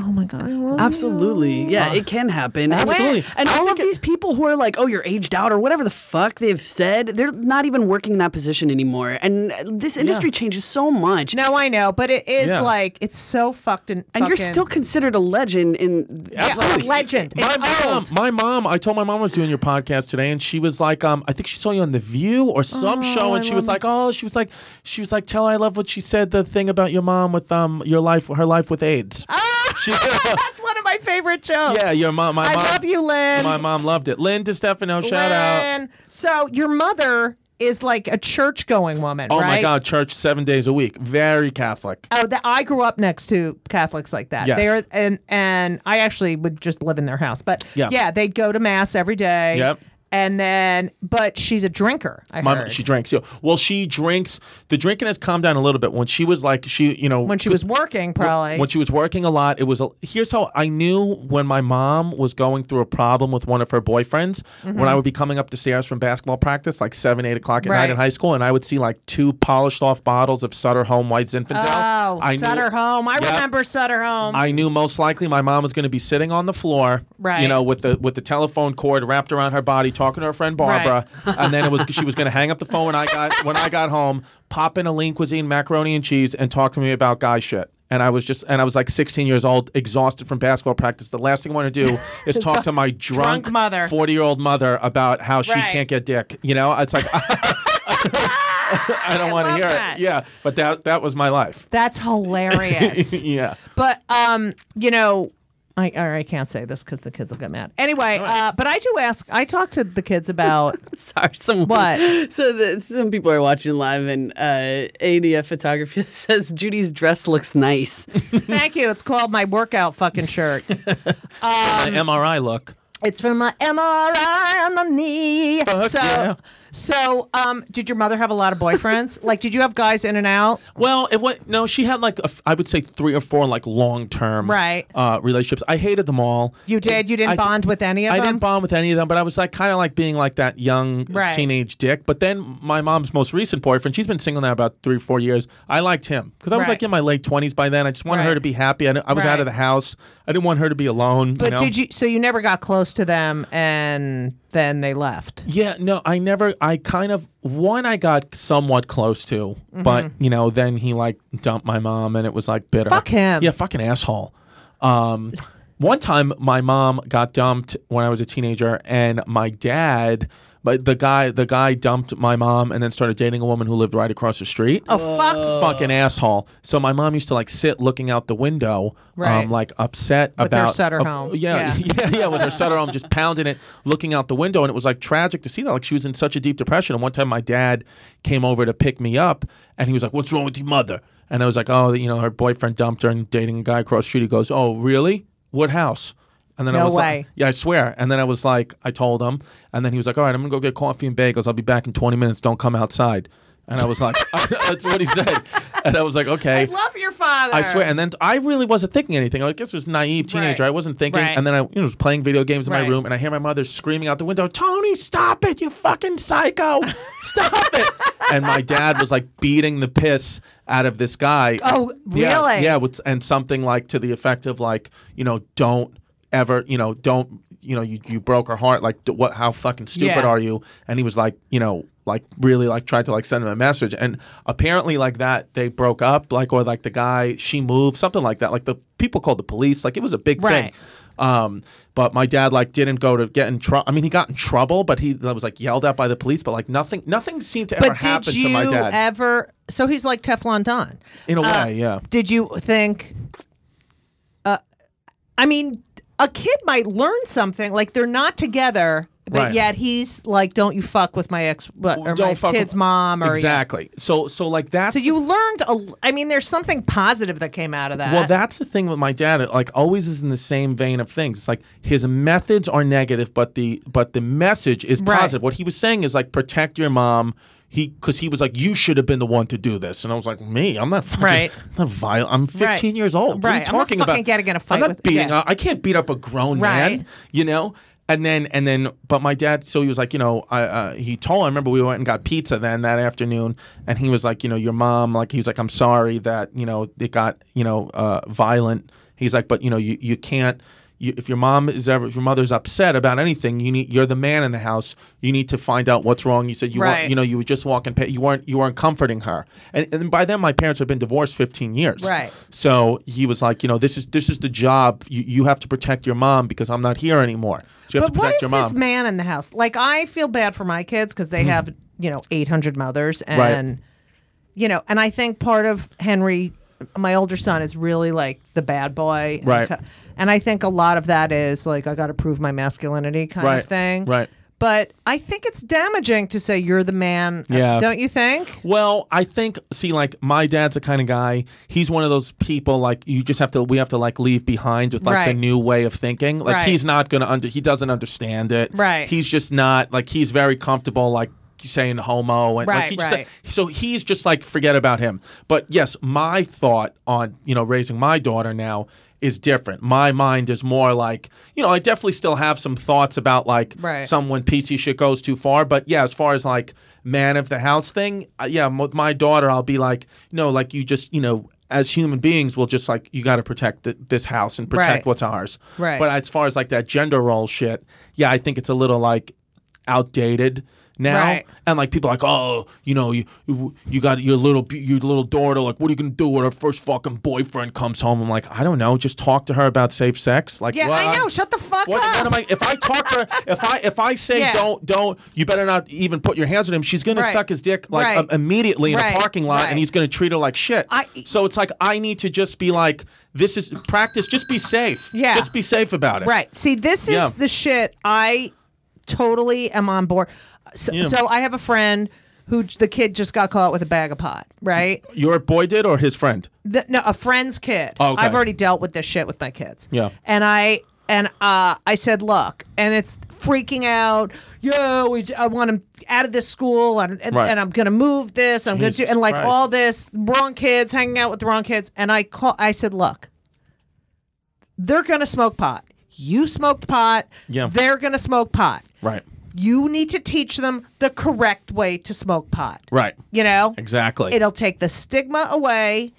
S1: oh my god, I love
S3: Absolutely. Yeah, it can happen. And-
S4: Absolutely.
S3: And, all of these people who are like, oh, you're aged out or whatever the fuck they've said, they're not even working in that position anymore. And this industry changes so much.
S1: No, I know, but it is
S4: Yeah.
S1: like it's so fucked and
S3: and you're
S1: fucking-
S3: still considered a legend in.
S4: Absolutely.
S1: legend.
S4: My
S1: It's
S4: mom,
S1: old.
S4: my mom, I told my mom I was doing your podcast today, and she was like, um, I think she saw you on The View or some show, and she was like, oh, she was like, she was like, tell her I love what she said, the thing about your mom with um your life, her life with AIDS.
S1: Oh.
S4: She-
S1: That's one of my favorite shows.
S4: yeah, your mom. My
S1: I
S4: mom,
S1: love you, Lynn.
S4: My mom loved it. Lynn DiStefano, shout out.
S1: Lynn. So your mother is like a church going woman,
S4: Oh
S1: right?
S4: my God, church seven days a week, very Catholic.
S1: Oh, that I grew up next to Catholics like that.
S4: Yes.
S1: They are, and and I actually would just live in their house, but
S4: Yeah.
S1: they'd go to mass every day.
S4: Yep.
S1: And then, but she's a drinker. I
S4: My,
S1: heard.
S4: she drinks. Yeah. Well, she drinks. The drinking has calmed down a little bit. When she was like, she, you know,
S1: when she was working, probably.
S4: When she was working a lot, it was. A, here's how I knew when my mom was going through a problem with one of her boyfriends.
S1: Mm-hmm.
S4: When I would be coming up the stairs from basketball practice, like seven, eight o'clock at night
S1: Right.
S4: in high school, and I would see like two polished off bottles of Sutter Home White Zinfandel.
S1: oh,
S4: I
S1: Sutter
S4: knew,
S1: Home. I
S4: Yep.
S1: remember Sutter Home.
S4: I knew most likely my mom was going to be sitting on the floor, you
S1: Right.
S4: know, with the with the telephone cord wrapped around her body, talking to her friend Barbara, and then it was she was going to hang up the phone when I got when I got home, pop in a lean cuisine macaroni and cheese, and talk to me about guy shit. And I was just, and I was like 16 years old, exhausted from basketball practice. The last thing I want to do is talk to my drunk,
S1: drunk mother.
S4: 40 year old mother about how she
S1: Right.
S4: can't get dick. You know, it's like I don't want to
S1: love
S4: hear
S1: that.
S4: it. Yeah, but that that was my life.
S1: That's hilarious.
S4: yeah.
S1: But um, you know, I or I can't say this because the kids will get mad. Anyway, uh, but I do ask. I talk to the kids about
S3: Sorry, someone.
S1: What?
S3: So the, some people are watching live, and uh, ADF photography says Judy's dress looks nice.
S1: Thank you. It's called my workout fucking shirt. Um,
S4: My MRI look.
S1: It's from my MRI on my knee. so,
S4: yeah.
S1: so, um, did your mother have a lot of boyfriends? like, did you have guys in and out?
S4: Well, it went. No, she had like a f- I would say three or four like long term
S1: Right.
S4: uh, relationships. I hated them all.
S1: You did. You didn't
S4: I d-
S1: bond with any of
S4: I
S1: them.
S4: didn't bond with any of them, but I was like kind of like being like that young
S1: Right.
S4: teenage dick. But then my mom's most recent boyfriend, she's been single now about three or four years. I liked him because I was
S1: Right.
S4: like in my late twenties by then. I just wanted her
S1: Right.
S4: to be happy. I, kn- I was out
S1: Right.
S4: of the house. I didn't want her to be alone.
S1: but
S4: you know?
S1: did you? So you never got close to them, and then they left.
S4: Yeah, no, I never. I kind of one I got somewhat close to,
S1: Mm-hmm.
S4: but you know, then he like dumped my mom, and it was like bitter.
S1: Fuck him.
S4: Yeah, fucking asshole. Um, one time my mom got dumped when I was a teenager, and my dad. But the guy, the guy dumped my mom and then started dating a woman who lived right across the street.
S1: Oh fuck!
S4: fucking asshole! So my mom used to like sit looking out the window,
S1: Right.
S4: um, like upset
S1: With her
S4: about
S1: Sutter
S4: of-
S1: home.
S4: Yeah, yeah,
S1: Yeah.
S4: yeah, with her Sutter home, just pounding it, looking out the window, and it was like tragic to see that. Like she was in such a deep depression. And one time, my dad came over to pick me up, and he was like, "What's wrong with your mother?" And I was like, "Oh, you know, her boyfriend dumped her and dating a guy across the street." He goes, "Oh, really? What house?" And then I
S1: No
S4: was
S1: way.
S4: like, "Yeah, I swear." And then I was like, I told him, and then he was like, "All right, I'm gonna go get coffee and bagels. I'll be back in 20 minutes. Don't come outside." And I was like, that's what he said. And I was like, okay.
S1: Love your father.
S4: I swear. And then I really wasn't thinking anything. I guess it was a naive teenager.
S1: Right.
S4: I wasn't thinking.
S1: Right.
S4: And then I you know, was playing video games in
S1: Right.
S4: my room, and I hear my mother screaming out the window, "Tony, stop it! You fucking psycho! Stop it!" And my dad was like beating the piss out of this guy.
S1: Oh,
S4: Yeah,
S1: really?
S4: Yeah, with, and something like to the effect of like, you know, don't ever, you know, don't, you know, you, you broke her heart. Like, d- what? How fucking stupid
S1: Yeah.
S4: are you? And he was like, you know, like really like tried to like send him a message. And apparently, like that, they broke up. Like, or like the guy, she moved, something like that. Like the people called the police. Like it was a big
S1: Right.
S4: thing. Um, but my dad like didn't go to get in trouble. I mean, he got in trouble, but he was like yelled at by the police. But like nothing, nothing seemed to ever
S1: but
S4: happen
S1: did you
S4: to my dad.
S1: ever? So he's like Teflon Don.
S4: in a
S1: Uh,
S4: way, yeah.
S1: Did you think? Uh, I mean, a kid might learn something. Like they're not together, but
S4: Right.
S1: yet he's like, "Don't you fuck with my ex what, or my
S4: fuck with-
S1: kid's mom?" Or
S4: exactly. So so like that's
S1: So you learned. A, I mean, there's something positive that came out of that.
S4: Well, that's the thing with my dad. It like always is in the same vein of things. It's like his methods are negative, but the but the message is
S1: Right.
S4: positive. What he was saying is like protect your mom. He because he was like you should have been the one to do this, and I was like me, I'm not fucking,
S1: Right.
S4: I'm not violent. I'm 15 years old. What are you
S1: Right. I'm not
S4: talking
S1: fucking
S4: about?
S1: getting in a fight
S4: I'm not
S1: with-
S4: beating.
S1: yeah.
S4: up- I can't beat up a grown
S1: Right.
S4: man. You know. And then, and then, but my dad, so he was like, you know, I, uh, he told, I remember we went and got pizza then that afternoon. And he was like, you know, your mom, like, he was like, I'm sorry that, you know, it got, you know, uh, violent. He's like, but, you know, you, you can't, you, if your mom is ever, if your mother's upset about anything, you need, you're the man in the house. You need to find out what's wrong. You said you
S1: Right.
S4: weren't, you know, you were just walking, pa- you weren't, you weren't comforting her. And, and by then my parents had been divorced 15 years.
S1: Right.
S4: So he was like, you know, this is, this is the job. You, you have to protect your mom because I'm not here anymore. So you have
S1: but
S4: to
S1: what
S4: protect
S1: is
S4: your mom. Hmm.
S1: this man in the house? Like, I feel bad for my kids because they have you know 800 mothers,
S4: Right.
S1: and you know, and I think part of Henry, my older son, is really like the bad boy, and
S4: Right.
S1: t- and I think a lot of that is like I got to prove my masculinity kind of
S4: Right.
S1: thing,
S4: Right.
S1: But I think it's damaging to say you're the man, uh,
S4: Yeah.
S1: don't you think?
S4: Well, I think see, like my dad's the kind of guy. He's one of those people like you just have to. We have to like leave behind with like the
S1: Right.
S4: new way of thinking. Like
S1: Right.
S4: he's not gonna under. He doesn't understand it.
S1: Right.
S4: He's just not like he's very comfortable like saying homo and
S1: Right,
S4: like he just,
S1: right.
S4: so he's just like forget about him. But yes, my thought on you know raising my daughter now is different. My mind is more like you know I definitely still have some thoughts about like
S1: Right.
S4: some someone PC shit goes too far. But yeah, as far as like man of the house thing, uh, yeah, m- with my daughter, I'll be like, no, like you just, you know, as human beings, we'll just like you got to protect th- this house and protect
S1: Right.
S4: what's ours.
S1: Right.
S4: But as far as like that gender role shit, yeah, I think it's a little like outdated now.
S1: Right.
S4: And like people are like, oh, you know, you you, you got your little be- your little daughter. Like, what are you gonna do when her first fucking boyfriend comes home? I'm like, I don't know. Just talk to her about safe sex. Like,
S1: Yeah, I
S4: well,
S1: know. Shut the fuck
S4: what,
S1: up.
S4: what am I? If I talk to her, if I if I say
S1: Yeah.
S4: don't don't, you better not even put your hands on him. She's gonna
S1: Right.
S4: suck his dick like
S1: Right.
S4: um, immediately in
S1: Right.
S4: a parking lot,
S1: Right.
S4: and he's gonna treat her like shit.
S1: I-
S4: so it's like I need to just be like, this is practice. Just be safe.
S1: Yeah.
S4: Just be safe about it.
S1: Right. See, this is
S4: Yeah.
S1: the shit I totally am on board. So, so I have a friend who j- the kid just got caught with a bag of pot, right?
S4: Your boy did or his friend?
S1: The, no, a friend's kid.
S4: Oh, okay.
S1: I've already dealt with this shit with my kids.
S4: Yeah.
S1: And I and uh, I said, look, and it's freaking out. Yo, we- I want him out of this school, and, and,
S4: Right.
S1: and I'm gonna move this. I'm gonna do,
S4: Jesus
S1: and like
S4: Christ.
S1: all this wrong kids hanging out with the wrong kids. And I call. I said, look, they're gonna smoke pot. You smoked pot.
S4: Yeah.
S1: They're gonna smoke pot.
S4: Right.
S1: You need to teach them the correct way to smoke pot.
S4: Right.
S1: You know
S4: Exactly.
S1: it'll take the stigma away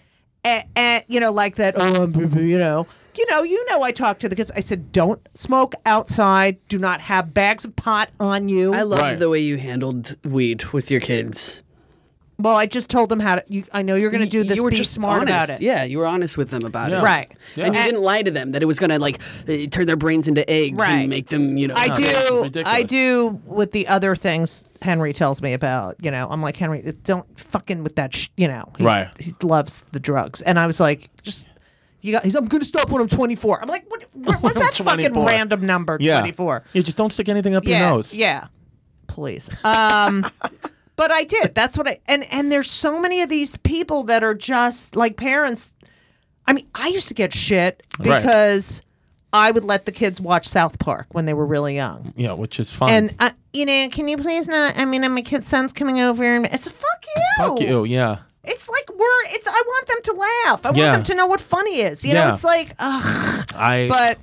S1: and, and you know like that oh I'm, you know you know you know i talked to the kids i said don't smoke outside do not have bags of pot on you
S3: I love
S4: Right.
S3: the way you handled weed with your kids.
S1: well i just told them how to you, i know you're going to do
S3: Y-
S1: this
S3: You were
S1: be
S3: just
S1: smart about
S3: honest.
S1: it
S3: Yeah, you were honest with them about
S4: Yeah.
S3: it.
S1: Right. Yeah.
S3: And you
S1: And-
S3: didn't lie to them that it was going to like uh, turn their brains into eggs
S1: Right.
S3: and make them, you know.
S1: I
S4: this is
S1: do.
S4: ridiculous.
S1: I do with the other things Henry tells me about. You know, I'm like Henry, don't fucking with that. Sh-, you know, He's-
S4: Right.
S1: He loves the drugs, and I was like, just you got. He's. I'm gonna stop when I'm 24. I'm like, what? what what's that fucking
S4: 24.
S1: random number?
S4: yeah.
S1: 24.
S4: Yeah. Just don't stick anything up
S1: yeah,
S4: your nose.
S1: Yeah. Please. Um but I did. That's what I and and there's so many of these people that are just like parents. I mean, I used to get shit
S4: Right.
S1: because
S5: I would let the kids watch South Park when they were really young.
S4: Yeah, which is fine.
S5: And uh, you know, can you please not? I mean, my kid's son's coming over, and it's a fuck you.
S4: Fuck you. Yeah.
S5: It's like we're. It's. I want them to laugh. I want
S4: Yeah.
S5: them to know what funny is. You know,
S4: Yeah.
S5: it's like, ugh.
S4: I.
S5: But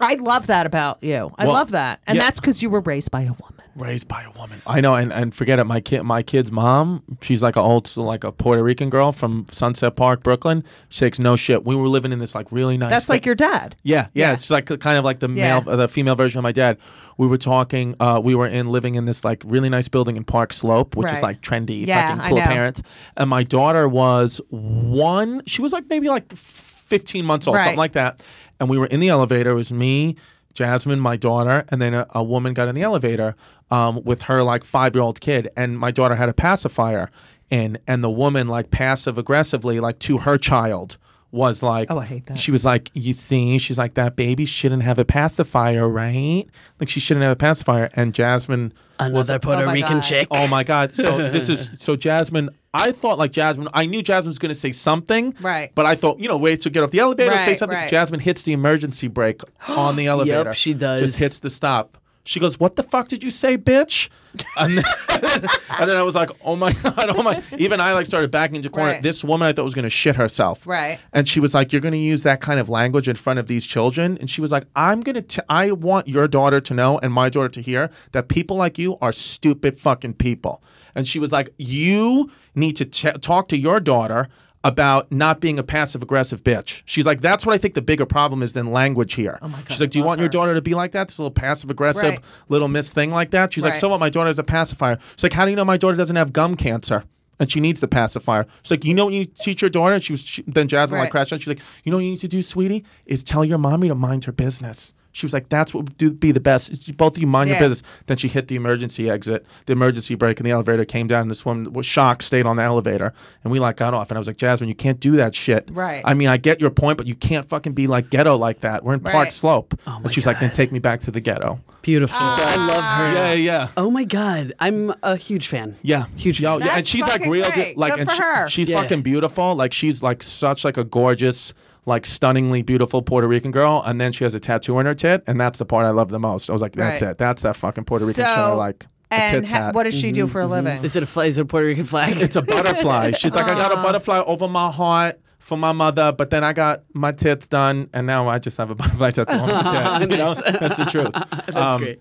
S5: I love that about you. I
S4: Well,
S5: love that, and
S4: yeah.
S5: that's because you were raised by a woman.
S4: raised by a woman. I know, and, and forget it. My kid, my kid's mom, she's like a old, like a Puerto Rican girl from Sunset Park, Brooklyn. She takes no shit. We were living in this like really nice.
S5: That's like
S4: fa-
S5: your dad.
S4: Yeah, yeah, It's like kind of like the
S5: Yeah.
S4: male, the female version of my dad. We were talking. Uh, we were in living in this like really nice building in Park Slope, which
S5: Right.
S4: is like trendy,
S5: Yeah,
S4: fucking
S5: I
S4: cool
S5: know.
S4: parents. And my daughter was one. She was like maybe like fifteen months old,
S5: Right.
S4: something like that. And we were in the elevator. It was me. Jasmine, my daughter, and then a, a woman got in the elevator um, with her like five year old kid, and my daughter had a pacifier, and and the woman like passive aggressively like to her child was like,
S5: Oh, I hate that.
S4: she was like, "You see," she's like, "That baby shouldn't have a pacifier, right? Like she shouldn't have a pacifier." And Jasmine,
S3: Another Puerto
S5: my
S3: Rican
S5: God.
S3: chick.
S4: oh my god! So this is so Jasmine. I thought like Jasmine. I knew Jasmine was going to say something,
S5: Right.
S4: But I thought, you know, wait to get off the elevator, say
S5: Right,
S4: something.
S5: right.
S4: Jasmine hits the emergency brake on the elevator.
S3: she does.
S4: Just hits the stop. She goes, "What the fuck did you say, bitch?" And then, and then I was like, "Oh my god, oh my!" Even I like started backing into corner.
S5: Right.
S4: This woman I thought was going to shit herself,
S5: Right.
S4: and she was like, "You're going to use that kind of language in front of these children." And she was like, "I'm going to. I want your daughter to know and my daughter to hear that people like you are stupid fucking people." And she was like, "You need to t- talk to your daughter." About not being a passive aggressive bitch. She's like, that's what I think the bigger problem is than language here. Oh my God, She's like, do you want your daughter to be like that? This little passive aggressive
S5: Right.
S4: little miss thing like that? She's like,
S5: Right.
S4: so what? My daughter has a pacifier. She's like, how do you know my daughter doesn't have gum cancer? And she needs the pacifier. She's like, you know what you teach your daughter? And she was she, then Jasmine
S5: Right.
S4: like crashed out. She's like, you know what you need to do, sweetie, is tell your mommy to mind her business. She was like, that's what would do, be the best. is you- Both of you mind
S5: Yeah.
S4: your business. Then she hit the emergency exit, the emergency brake, and the elevator came down. And this woman was shocked, stayed on the elevator, and we like got off. And I was like, Jasmine, you can't do that shit.
S5: Right.
S4: I mean, I get your point, but you can't fucking be like ghetto like that. We're in Park
S5: Right. Oh
S4: Slope. and she's like, then take me back to the ghetto.
S3: Beautiful.
S1: Uh,
S3: I love her.
S4: Yeah, yeah.
S3: Oh my god, I'm a huge fan.
S4: Yeah,
S3: huge.
S4: Yo,
S3: fan.
S4: yeah, and
S5: That's
S4: she's like
S5: fucking
S4: real, di-
S5: great.
S4: like,
S5: Good
S4: and
S5: for
S4: she-
S5: her.
S4: she's
S3: Yeah.
S4: fucking beautiful. Like, she's like such like a gorgeous, like stunningly beautiful Puerto Rican girl. And then she has a tattoo on her tit, and that's the part I love the most. I was like, that's
S5: Right.
S4: it. That's that fucking Puerto Rican shit. I
S5: So,
S4: like a
S5: and
S4: tit
S5: ha-
S4: tat. Mm-hmm.
S5: what does she do for a living?
S3: Is it a flag? Is it a Puerto Rican flag?
S4: it's a butterfly. She's like, I got a butterfly over my heart. For my mother, but then I got my tits done, and now I just have a butterfly tattoo on my tit. You know, that's the truth. That's
S3: great.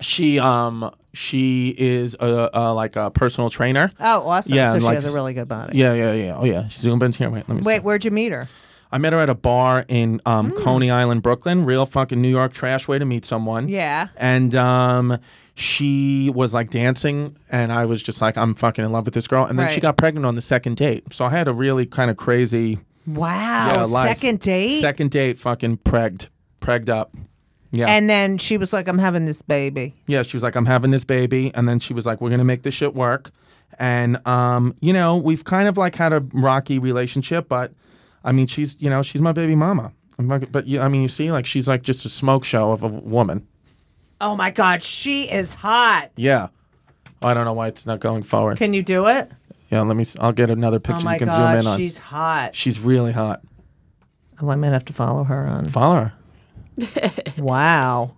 S4: She um she is a, a like a personal trainer.
S5: Oh, awesome!
S4: Yeah,
S5: so
S4: and
S5: she
S4: like
S5: has a
S4: s-
S5: really good body.
S4: Yeah, yeah, yeah. Oh, yeah. She's in here. Wait, let me.
S5: Wait, Hmm.
S4: see.
S5: where'd you meet her?
S4: I met her at a bar in um, Coney Island, Brooklyn. Real fucking New York trash way to meet someone.
S5: Yeah.
S4: And um, she was like dancing, and I was just like, I'm fucking in love with this girl. And then she
S5: Right.
S4: got pregnant on the second date. So I had a really kind of crazy
S5: Wow,
S4: yeah, life.
S5: Oh, second date.
S4: Second date, fucking pregged, pregged up. Yeah.
S5: and then she was like, "I'm having this baby."
S4: Yeah, she was like, I'm having this baby. And then she was like, we're going to make this shit work. And, um, you know, we've kind of like had a rocky relationship, but I mean, she's, you know, she's my baby mama. I'm like, but you, I mean, you see, like, she's like just a smoke show of a woman.
S5: Oh my God, she is hot.
S4: Yeah. I don't know why it's not going forward.
S5: Can you do it?
S4: Yeah, let me, s- I'll get another
S5: Oh
S4: picture
S5: my
S4: you can
S5: God,
S4: zoom in on.
S5: she's hot.
S4: She's really hot.
S5: Oh, I might have to follow her on.
S4: Follow her.
S5: Wow.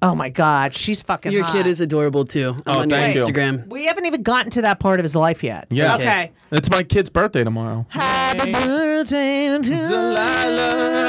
S5: Oh my God, she's fucking.
S3: Your
S5: hot.
S3: kid is adorable too. I'm
S4: Oh,
S3: on your
S4: thank you.
S3: Instagram.
S5: We haven't even gotten to that part of his life yet.
S4: Yeah.
S5: Okay.
S4: It's my kid's birthday tomorrow.
S5: Happy birthday to
S4: Delilah.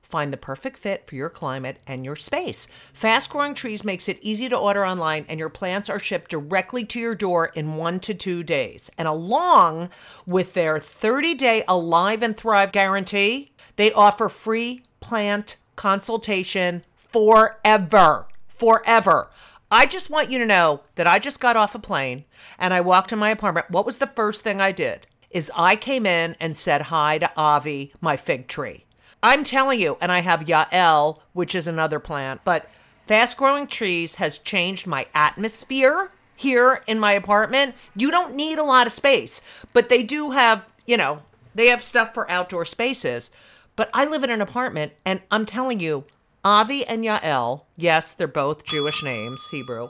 S1: Find the perfect fit for your climate and your space. Fast Growing Trees makes it easy to order online, and your plants are shipped directly to your door in one to two days. And along with their 30 day Alive and Thrive guarantee, they offer free plant consultation forever forever. I just want you to know that I just got off a plane and I walked in my apartment. What was the first thing I did? is I came in and said hi to Avi, my fig tree. I'm telling you, and I have Yael, which is another plant, but fast growing trees has changed my atmosphere here in my apartment. You don't need a lot of space, but they do have, you know, they have stuff for outdoor spaces. But I live in an apartment, and I'm telling you, Avi and Yael, yes, they're both Jewish names, Hebrew.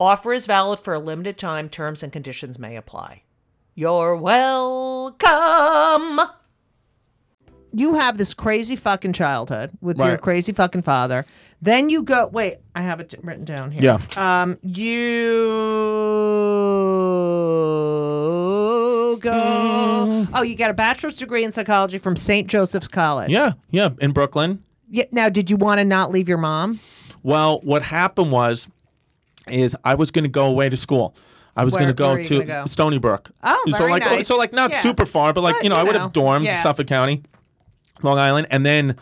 S1: Offer is valid for a limited time. Terms and conditions may apply. You're welcome.
S5: you have this crazy fucking childhood with your
S4: Right.
S5: crazy fucking father. Then you go. Wait, I have it d- written down here.
S4: Yeah.
S5: Um, you go. Oh, you got a bachelor's degree in psychology from St. Joseph's College.
S4: Yeah, yeah, in Brooklyn.
S5: Yeah, Now, did you want to not leave your mom?
S4: Well, what happened was, is I was going to go away to school. I was
S5: Where-
S4: going to go
S5: where are you
S4: to
S5: gonna go?
S4: Stony Brook.
S5: Oh,
S4: so
S5: very
S4: like
S5: nice.
S4: so like not
S5: Yeah.
S4: super far, but like
S5: But,
S4: you know
S5: you
S4: I would
S5: know,
S4: have dormed
S5: yeah.
S4: in Suffolk County, Long Island, and then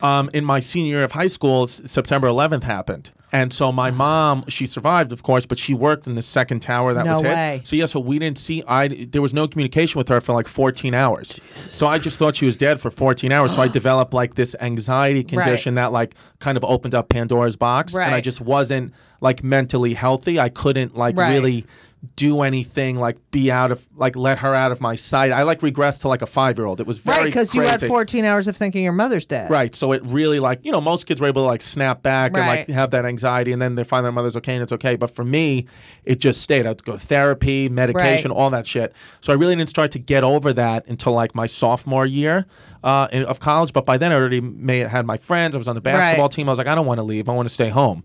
S4: um, in my senior year of high school, S- September 11th happened, and so my mom she survived, of course, but she worked in the second tower that
S5: No
S4: was hit.
S5: way.
S4: So yeah, so we didn't see. I there was no communication with her for like 14 hours. so I just thought she was dead for 14 hours. So I developed like this anxiety condition that like kind of opened up Pandora's box, and I
S5: Right.
S4: just wasn't like mentally healthy. I couldn't like
S5: Right.
S4: really do anything like be out of like let her out of my sight. I like regressed to like a five year old. It was very
S5: right, because you had
S4: crazy.
S5: 14 hours of thinking your mother's dead.
S4: Right. So it really like you know most kids were able to like snap back and
S5: Right.
S4: like have that anxiety, and then they find their mother's okay and it's okay. But for me, it just stayed. I'd go to therapy, medication, all that shit. So I really didn't start to get over that until like my sophomore year uh, in, of college. But by then I already made had my friends. I was on the basketball
S5: Right.
S4: team. I was like, I don't want to leave. I want to stay home.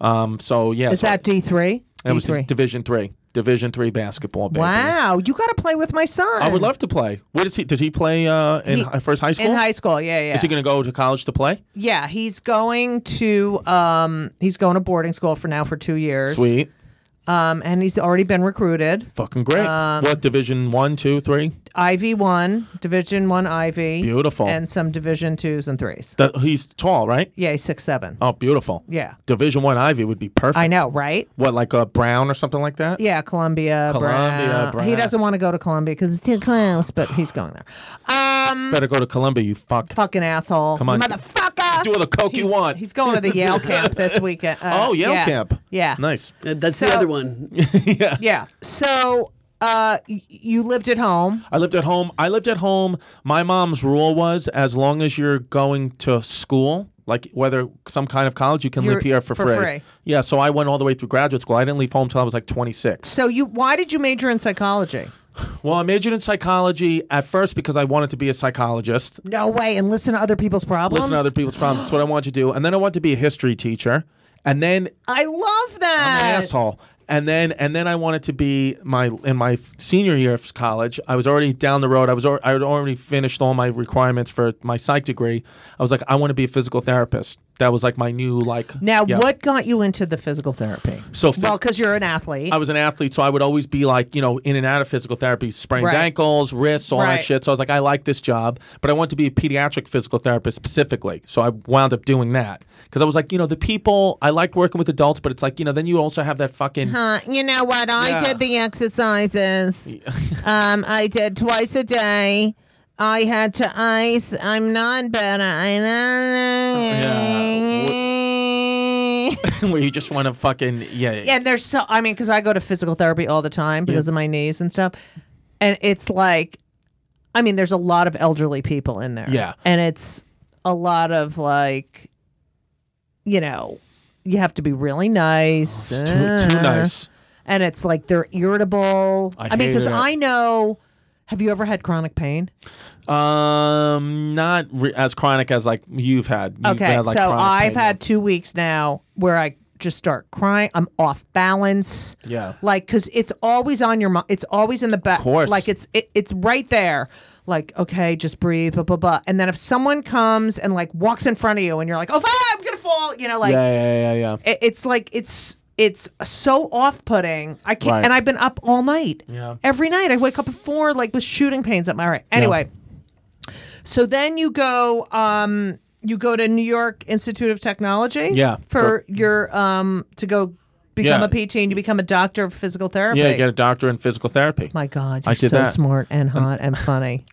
S4: Um. So yeah.
S5: Is
S4: so
S5: that D3?
S4: that was
S5: D3.
S4: Division three. Division three basketball. Baby. Oh,
S5: wow, you got to play with my son.
S4: I would love to play. What is he? Does he play uh, in
S5: He-
S4: hi- first high school?
S5: in high school. Yeah, yeah.
S4: Is he going to go to college to play?
S5: Yeah, he's going to um he's going to boarding school for now for two years.
S4: Sweet.
S5: Um, and he's already been recruited.
S4: Fucking great.
S5: Um,
S4: what division one, two, three?
S5: Ivy one, Division one Ivy.
S4: Beautiful.
S5: And some Division twos and threes.
S4: That he's tall, right?
S5: Yeah, he's six seven.
S4: Oh, beautiful.
S5: Yeah.
S4: Division one Ivy would be perfect.
S5: I know, right?
S4: What, like a Brown or something like that?
S5: Yeah, Columbia.
S4: Columbia, Brown.
S5: He doesn't want to go to Columbia because it's too close, but he's going there. Um,
S4: Better go to Columbia, you fuck.
S5: fucking asshole.
S4: Come on.
S5: motherfucker.
S4: Do all the coke you want.
S5: He's going to the Yale camp this weekend. Uh,
S4: oh, Yale
S5: yeah.
S4: camp.
S5: Yeah.
S4: Nice.
S3: Uh, That's the
S5: So-
S3: other one.
S5: Yeah. So, uh, y- you lived at home.
S4: I lived at home. I lived at home. My mom's rule was as long as you're going to school, like whether some kind of college, you can
S5: You're-
S4: live here for,
S5: for free.
S4: Yeah, so I went all the way through graduate school. I didn't leave home till I was like 26.
S5: So you, why did you major in psychology?
S4: Well, I majored in psychology at first because I wanted to be a psychologist.
S5: No way, and listen to other people's problems.
S4: Listen to other people's problems. That's what I want to do. And then I want to be a history teacher. And then
S5: I love that.
S4: I'm an asshole. And then and then I wanted to be my in my senior year of college. I was already down the road. I was al- I had already finished all my requirements for my psych degree. I was like, I want to be a physical therapist. That was like my new like.
S5: Now,
S4: yeah.
S5: what got you into the physical therapy?
S4: So phys-
S5: well, because you're an athlete.
S4: I was an athlete, so I would always be like, you know, in and out of physical therapy, sprained
S5: Right.
S4: ankles, wrists, all
S5: Right.
S4: that shit. So I was like, I like this job, but I want to be a pediatric physical therapist specifically. So I wound up doing that because I was like, you know, the people I like working with adults, but it's like, you know, then you also have that fucking.
S5: Uh, you know what? I
S4: Yeah.
S5: did the exercises. um, I did twice a day. I had to ice. I'm not better. I
S4: Oh,
S5: know.
S4: where you just want to fucking yeah. yeah.
S5: and there's so I mean because I go to physical therapy all the time because of my knees and stuff, and it's like, I mean, there's a lot of elderly people in there.
S4: Yeah.
S5: and it's a lot of like, you know, you have to be really nice.
S4: It's too, too
S5: uh,
S4: nice.
S5: And it's like they're irritable.
S4: I
S5: mean,
S4: hate
S5: because
S4: it.
S5: I know. Have you ever had chronic pain?
S4: Um, not re- as chronic as like you've had. You've
S5: Okay,
S4: had, like,
S5: so
S4: chronic
S5: I've
S4: pain.
S5: had two weeks now where I just start crying. I'm off balance.
S4: Yeah.
S5: like because it's always on your mind. It's always in the back.
S4: course.
S5: like it's it, it's right there. Like okay, just breathe, blah blah blah. And then if someone comes and like walks in front of you, and you're like, oh, fuck, I'm gonna fall. You know, like
S4: yeah, yeah, yeah, yeah.
S5: it- it's like it's it's so off-putting. I can't,
S4: Right.
S5: and I've been up all night.
S4: Yeah.
S5: Every night I wake up at four, like with shooting pains up my right. Anyway, so then you go, um, you go to New York Institute of Technology,
S4: Yeah,
S5: for,
S4: for-
S5: your um to go become
S4: Yeah.
S5: a PT and you become a doctor of physical therapy.
S4: Yeah, you get a doctor in physical therapy.
S5: my God,
S4: I
S5: you're
S4: did
S5: so
S4: that.
S5: smart and hot and funny.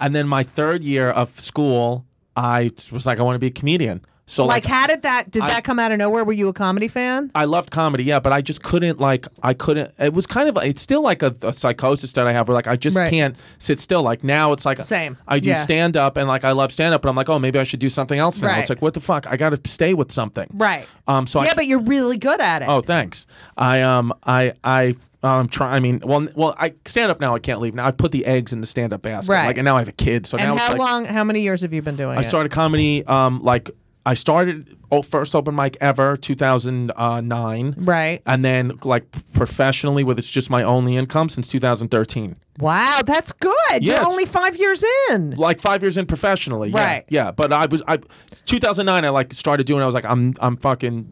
S4: and then my third year of school, I was like, I want to be a comedian. So
S5: like, how did that? Did
S4: I-
S5: that come out of nowhere? Were you a comedy fan?
S4: I loved comedy, yeah, but I just couldn't like I couldn't. It was kind of it's still like a, a psychosis that I have, where like I just
S5: Right.
S4: can't sit still. Like now it's like
S5: Same,
S4: I do
S5: yeah.
S4: stand up and like I love stand up, but I'm like, oh, maybe I should do something else now.
S5: Right.
S4: It's like what the fuck? I got to stay with something,
S5: Right.
S4: Um, so
S5: yeah,
S4: I,
S5: but you're really good at it.
S4: Oh, thanks. I um I I um try. I mean, well, n- well, I stand up now. I can't leave now. I've put the eggs in the stand up basket.
S5: Right.
S4: Like, and now I have a kid. So now
S5: and
S4: it's
S5: how
S4: like,
S5: long? How many years have you been doing
S4: I
S5: it?
S4: started comedy. Um, like I started oh, first open mic ever, two thousand nine.
S5: Right.
S4: And then like professionally, with it's just my only income since two thousand thirteen.
S5: Wow, that's good.
S4: Yes.
S5: You're only five years in.
S4: Like five years in professionally. yeah,
S5: Right.
S4: Yeah, But I was I two thousand nine. I like started doing. I was like, I'm I'm fucking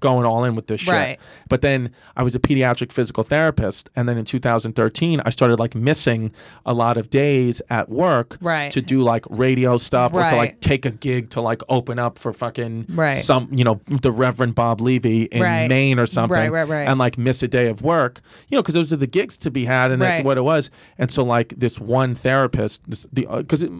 S4: going all in with this shit.
S5: Right.
S4: But then I was a pediatric physical therapist, and then in 2013, I started like missing a lot of days at work
S5: Right.
S4: to do like radio stuff or to
S5: Right.
S4: like take a gig to like open up for fucking
S5: Right.
S4: some you know the Reverend Bob Levy in
S5: Right.
S4: Maine or something,
S5: Right, right, right.
S4: and like miss a day of work, you know, because those are the gigs to be had and
S5: Right.
S4: that, what it was. And so like this one therapist, this, the because. it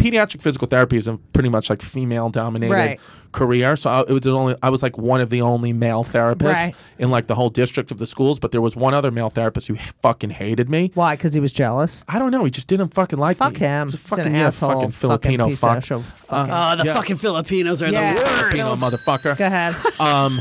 S4: Pediatric physical therapy is a pretty much like female dominated
S5: Right.
S4: career. So I, it was the only I was like one of the only male therapists
S5: Right.
S4: in like the whole district of the schools. But there was one other male therapist who h- fucking hated me.
S5: Why? Because he was jealous.
S4: I don't know. He just didn't fucking like
S5: Fuck
S4: me.
S5: him.
S4: He's a
S5: He's
S4: fucking
S5: an
S4: yeah,
S5: asshole.
S4: fucking
S5: Fucking
S4: Filipino
S5: piece of
S4: fuck.
S5: shit.
S4: Uh,
S3: Oh, the
S4: yeah.
S3: fucking Filipinos are
S5: Yeah.
S3: the worst.
S4: Filipino motherfucker.
S5: Go ahead.
S4: Um,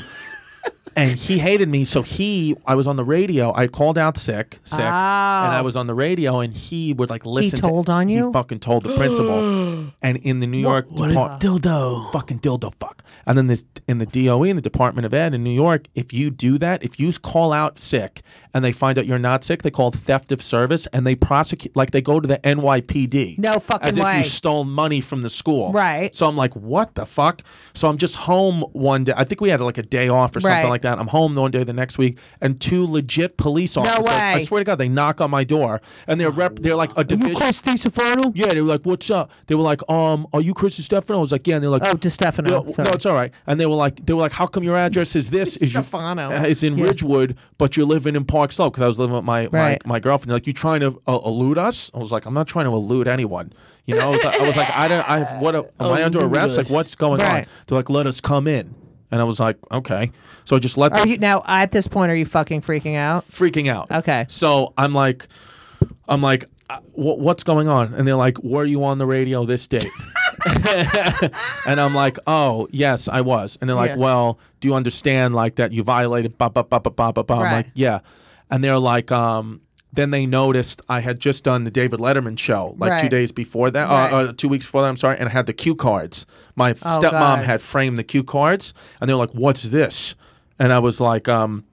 S4: and he hated me. So he, I was on the radio. I called out sick, sick, and I was on the radio. And he would like listen.
S5: told
S4: to,
S5: on you?
S4: He fucking told the principal. and in the New York
S3: What a
S4: Depart-
S3: dildo.
S4: fucking dildo fuck. And then this in the DOE in the Department of Ed in New York, if you do that, if you call out sick and they find out you're not sick, they call it theft of service and they prosecute like they go to the NYPD.
S5: No fucking
S4: as if
S5: way.
S4: you stole money from the school.
S5: Right.
S4: So I'm like, what the fuck? So I'm just home one day. I think we had like a day off or something
S5: Right.
S4: like that. I'm home the one day the next week, and two legit police officers. I
S5: way.
S4: swear to God, they knock on my door and they're rep. They're like a division.
S5: Steve Stefano?
S4: Yeah, they were like, "What's up?" They were like, "Um, are you Chris Stefano?" I was like, "Yeah." And they're like,
S5: Oh, DiStefano,
S4: No, no,
S5: sorry.
S4: it's all right. And they were like, "They were like, how come your address is this? Is your-
S5: Stefano.
S4: uh, is in Ridgewood, but you're living in Park Slope?" Because I was living with my
S5: Right.
S4: my, my girlfriend. They're like, you trying to uh, elude us? I was like, "I'm not trying to elude anyone." You know, I was like, I, was like, I don't. I have what? am I under
S3: Elude
S4: arrest? Like,
S3: us.
S4: what's going
S5: Right.
S4: on? They're like, "Let us come in." And I was like, "Okay." So I just let
S5: Are
S4: them
S5: you now at this point? Are you fucking freaking out?
S4: freaking out.
S5: Okay.
S4: So I'm like, I'm like, uh, wh- what's going on? And they're like, were you on the radio this date? and I'm like, oh yes, I was. And they're like,
S5: Yeah.
S4: well, do you understand like that you violated? Ba ba ba ba ba ba ba. I'm
S5: Right.
S4: like, yeah. And they're like, um. Then they noticed I had just done the David Letterman show like two
S5: Right.
S4: days before that,
S5: Right. Oh,
S4: uh, uh, two weeks before that. I'm sorry, and I had the cue cards. My stepmom
S5: God.
S4: had framed the cue cards, and they're like, "What's this?" And I was like, um,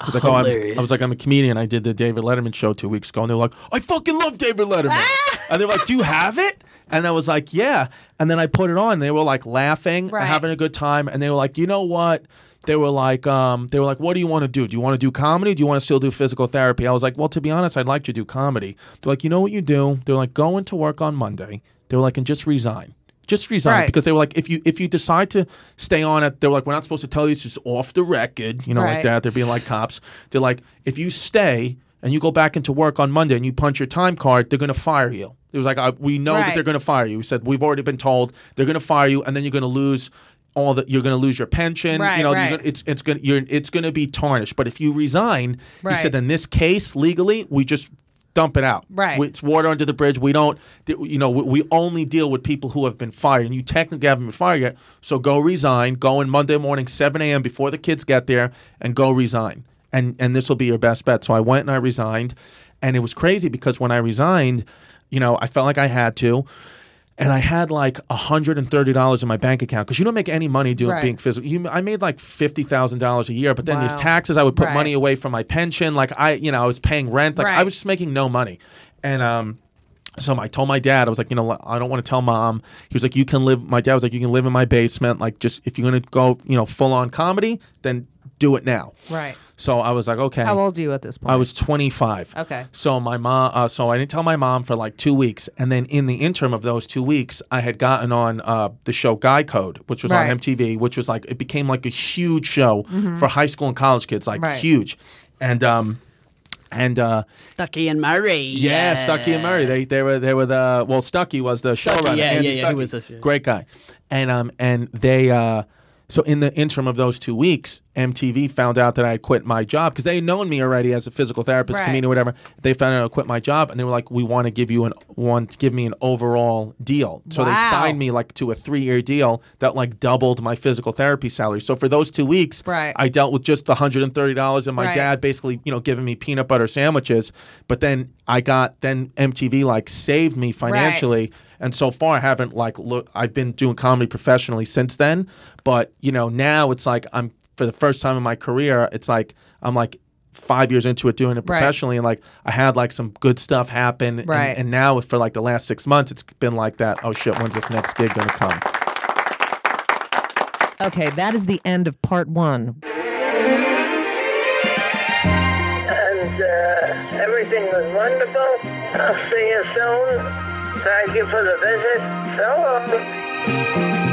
S4: I was like, oh, I'm, I was
S3: Hilarious.
S4: like, I'm a comedian. I did the David Letterman show two weeks ago, and they were like, I fucking love David Letterman.
S5: Ah.
S4: and they were like, Do you have it? And I was like, Yeah. And then I put it on. and They were like laughing,
S5: Right.
S4: having a good time, and they were like, You know what? They were like, um, they were like, what do you want to do? Do you want to do comedy? Do you want to still do physical therapy? I was like, well, to be honest, I'd like to do comedy. They're like, you know what you do? They're like, go into work on Monday. They were like, and just resign, just resign,
S5: Right.
S4: because they were like, if you if you decide to stay on it, they were like, we're not supposed to tell you. It's just off the record, you know,
S5: Right.
S4: like that. They're being like cops. They're like, if you stay and you go back into work on Monday and you punch your time card, they're gonna fire you. It was like, I, we know
S5: Right.
S4: that they're gonna fire you. We said we've already been told they're gonna fire you, and then you're gonna lose all the you're gonna lose your pension.
S5: Right,
S4: you know, you're
S5: right.
S4: gonna- it's it's gonna you're it's gonna be tarnished. But if you resign,
S5: Right.
S4: he said, in this case legally, we just dump it out.
S5: Right.
S4: We- It's water under the bridge. We don't, th- you know, we, we only deal with people who have been fired, and you technically haven't been fired yet. So go resign. Go in Monday morning, 7 a.m. before the kids get there, and go resign. And and this will be your best bet. So I went and I resigned, and it was crazy because when I resigned, you know, I felt like I had to. And I had like $130 in my bank account because you don't make any money doing
S5: Right.
S4: being physical. You, I made like $50,000 a year, but then there's
S5: Wow.
S4: taxes. I would put
S5: Right.
S4: money away from my pension. Like I, you know, I was paying rent. Like I
S5: Right.
S4: was just making no money. And um, so I told my dad, I was like, you know, I don't want to tell mom. He was like, you can live. My dad was like, you can live in my basement. Like, just if you're gonna go, you know, full on comedy, then do it now.
S5: Right.
S4: So I was like, okay.
S5: How old are you at this point?
S4: I was 25.
S5: Okay.
S4: So my mom, uh, so I didn't tell my mom for like two weeks, and then in the interim of those two weeks, I had gotten on uh, the show Guy Code, which was
S5: Right. Mm-hmm.
S4: on MTV, which was like it became like a huge show for high school and college kids, like
S5: Right.
S4: huge, and um, and uh,
S3: Stucky and Murray.
S4: yeah, Stucky and Murray. They they were they were the well Stucky was the showrunner.
S3: yeah,
S4: Andy
S3: yeah, yeah, he
S4: Stuckey.
S3: was the- yeah.
S4: great guy. And um and they uh so in the interim of those two weeks, MTV found out that I had quit my job because they had known me already as a physical therapist,
S5: Right.
S4: comedian, or whatever. They found out I quit my job, and they were like, "We want to give you an want give me an overall deal." So they
S5: Wow.
S4: signed me like to a three year deal that like doubled my physical therapy salary. So for those two weeks,
S5: Right.
S4: I dealt with just the hundred and thirty dollars, and my
S5: Right.
S4: dad basically you know giving me peanut butter sandwiches but then i got then mtv like saved me financially and so far i haven't like look i've been doing comedy professionally since then but you know now it's like i'm for the first time in my career it's like i'm like five years into it doing it
S5: Right.
S4: professionally and like i had like some good stuff happen and-
S5: Right.
S4: and, now for like the last six months it's been like that oh shit when's this next gig gonna come
S5: okay, that is the end of part one.
S7: and uh, everything was wonderful. I'll see you soon. Thank you for the visit. So long.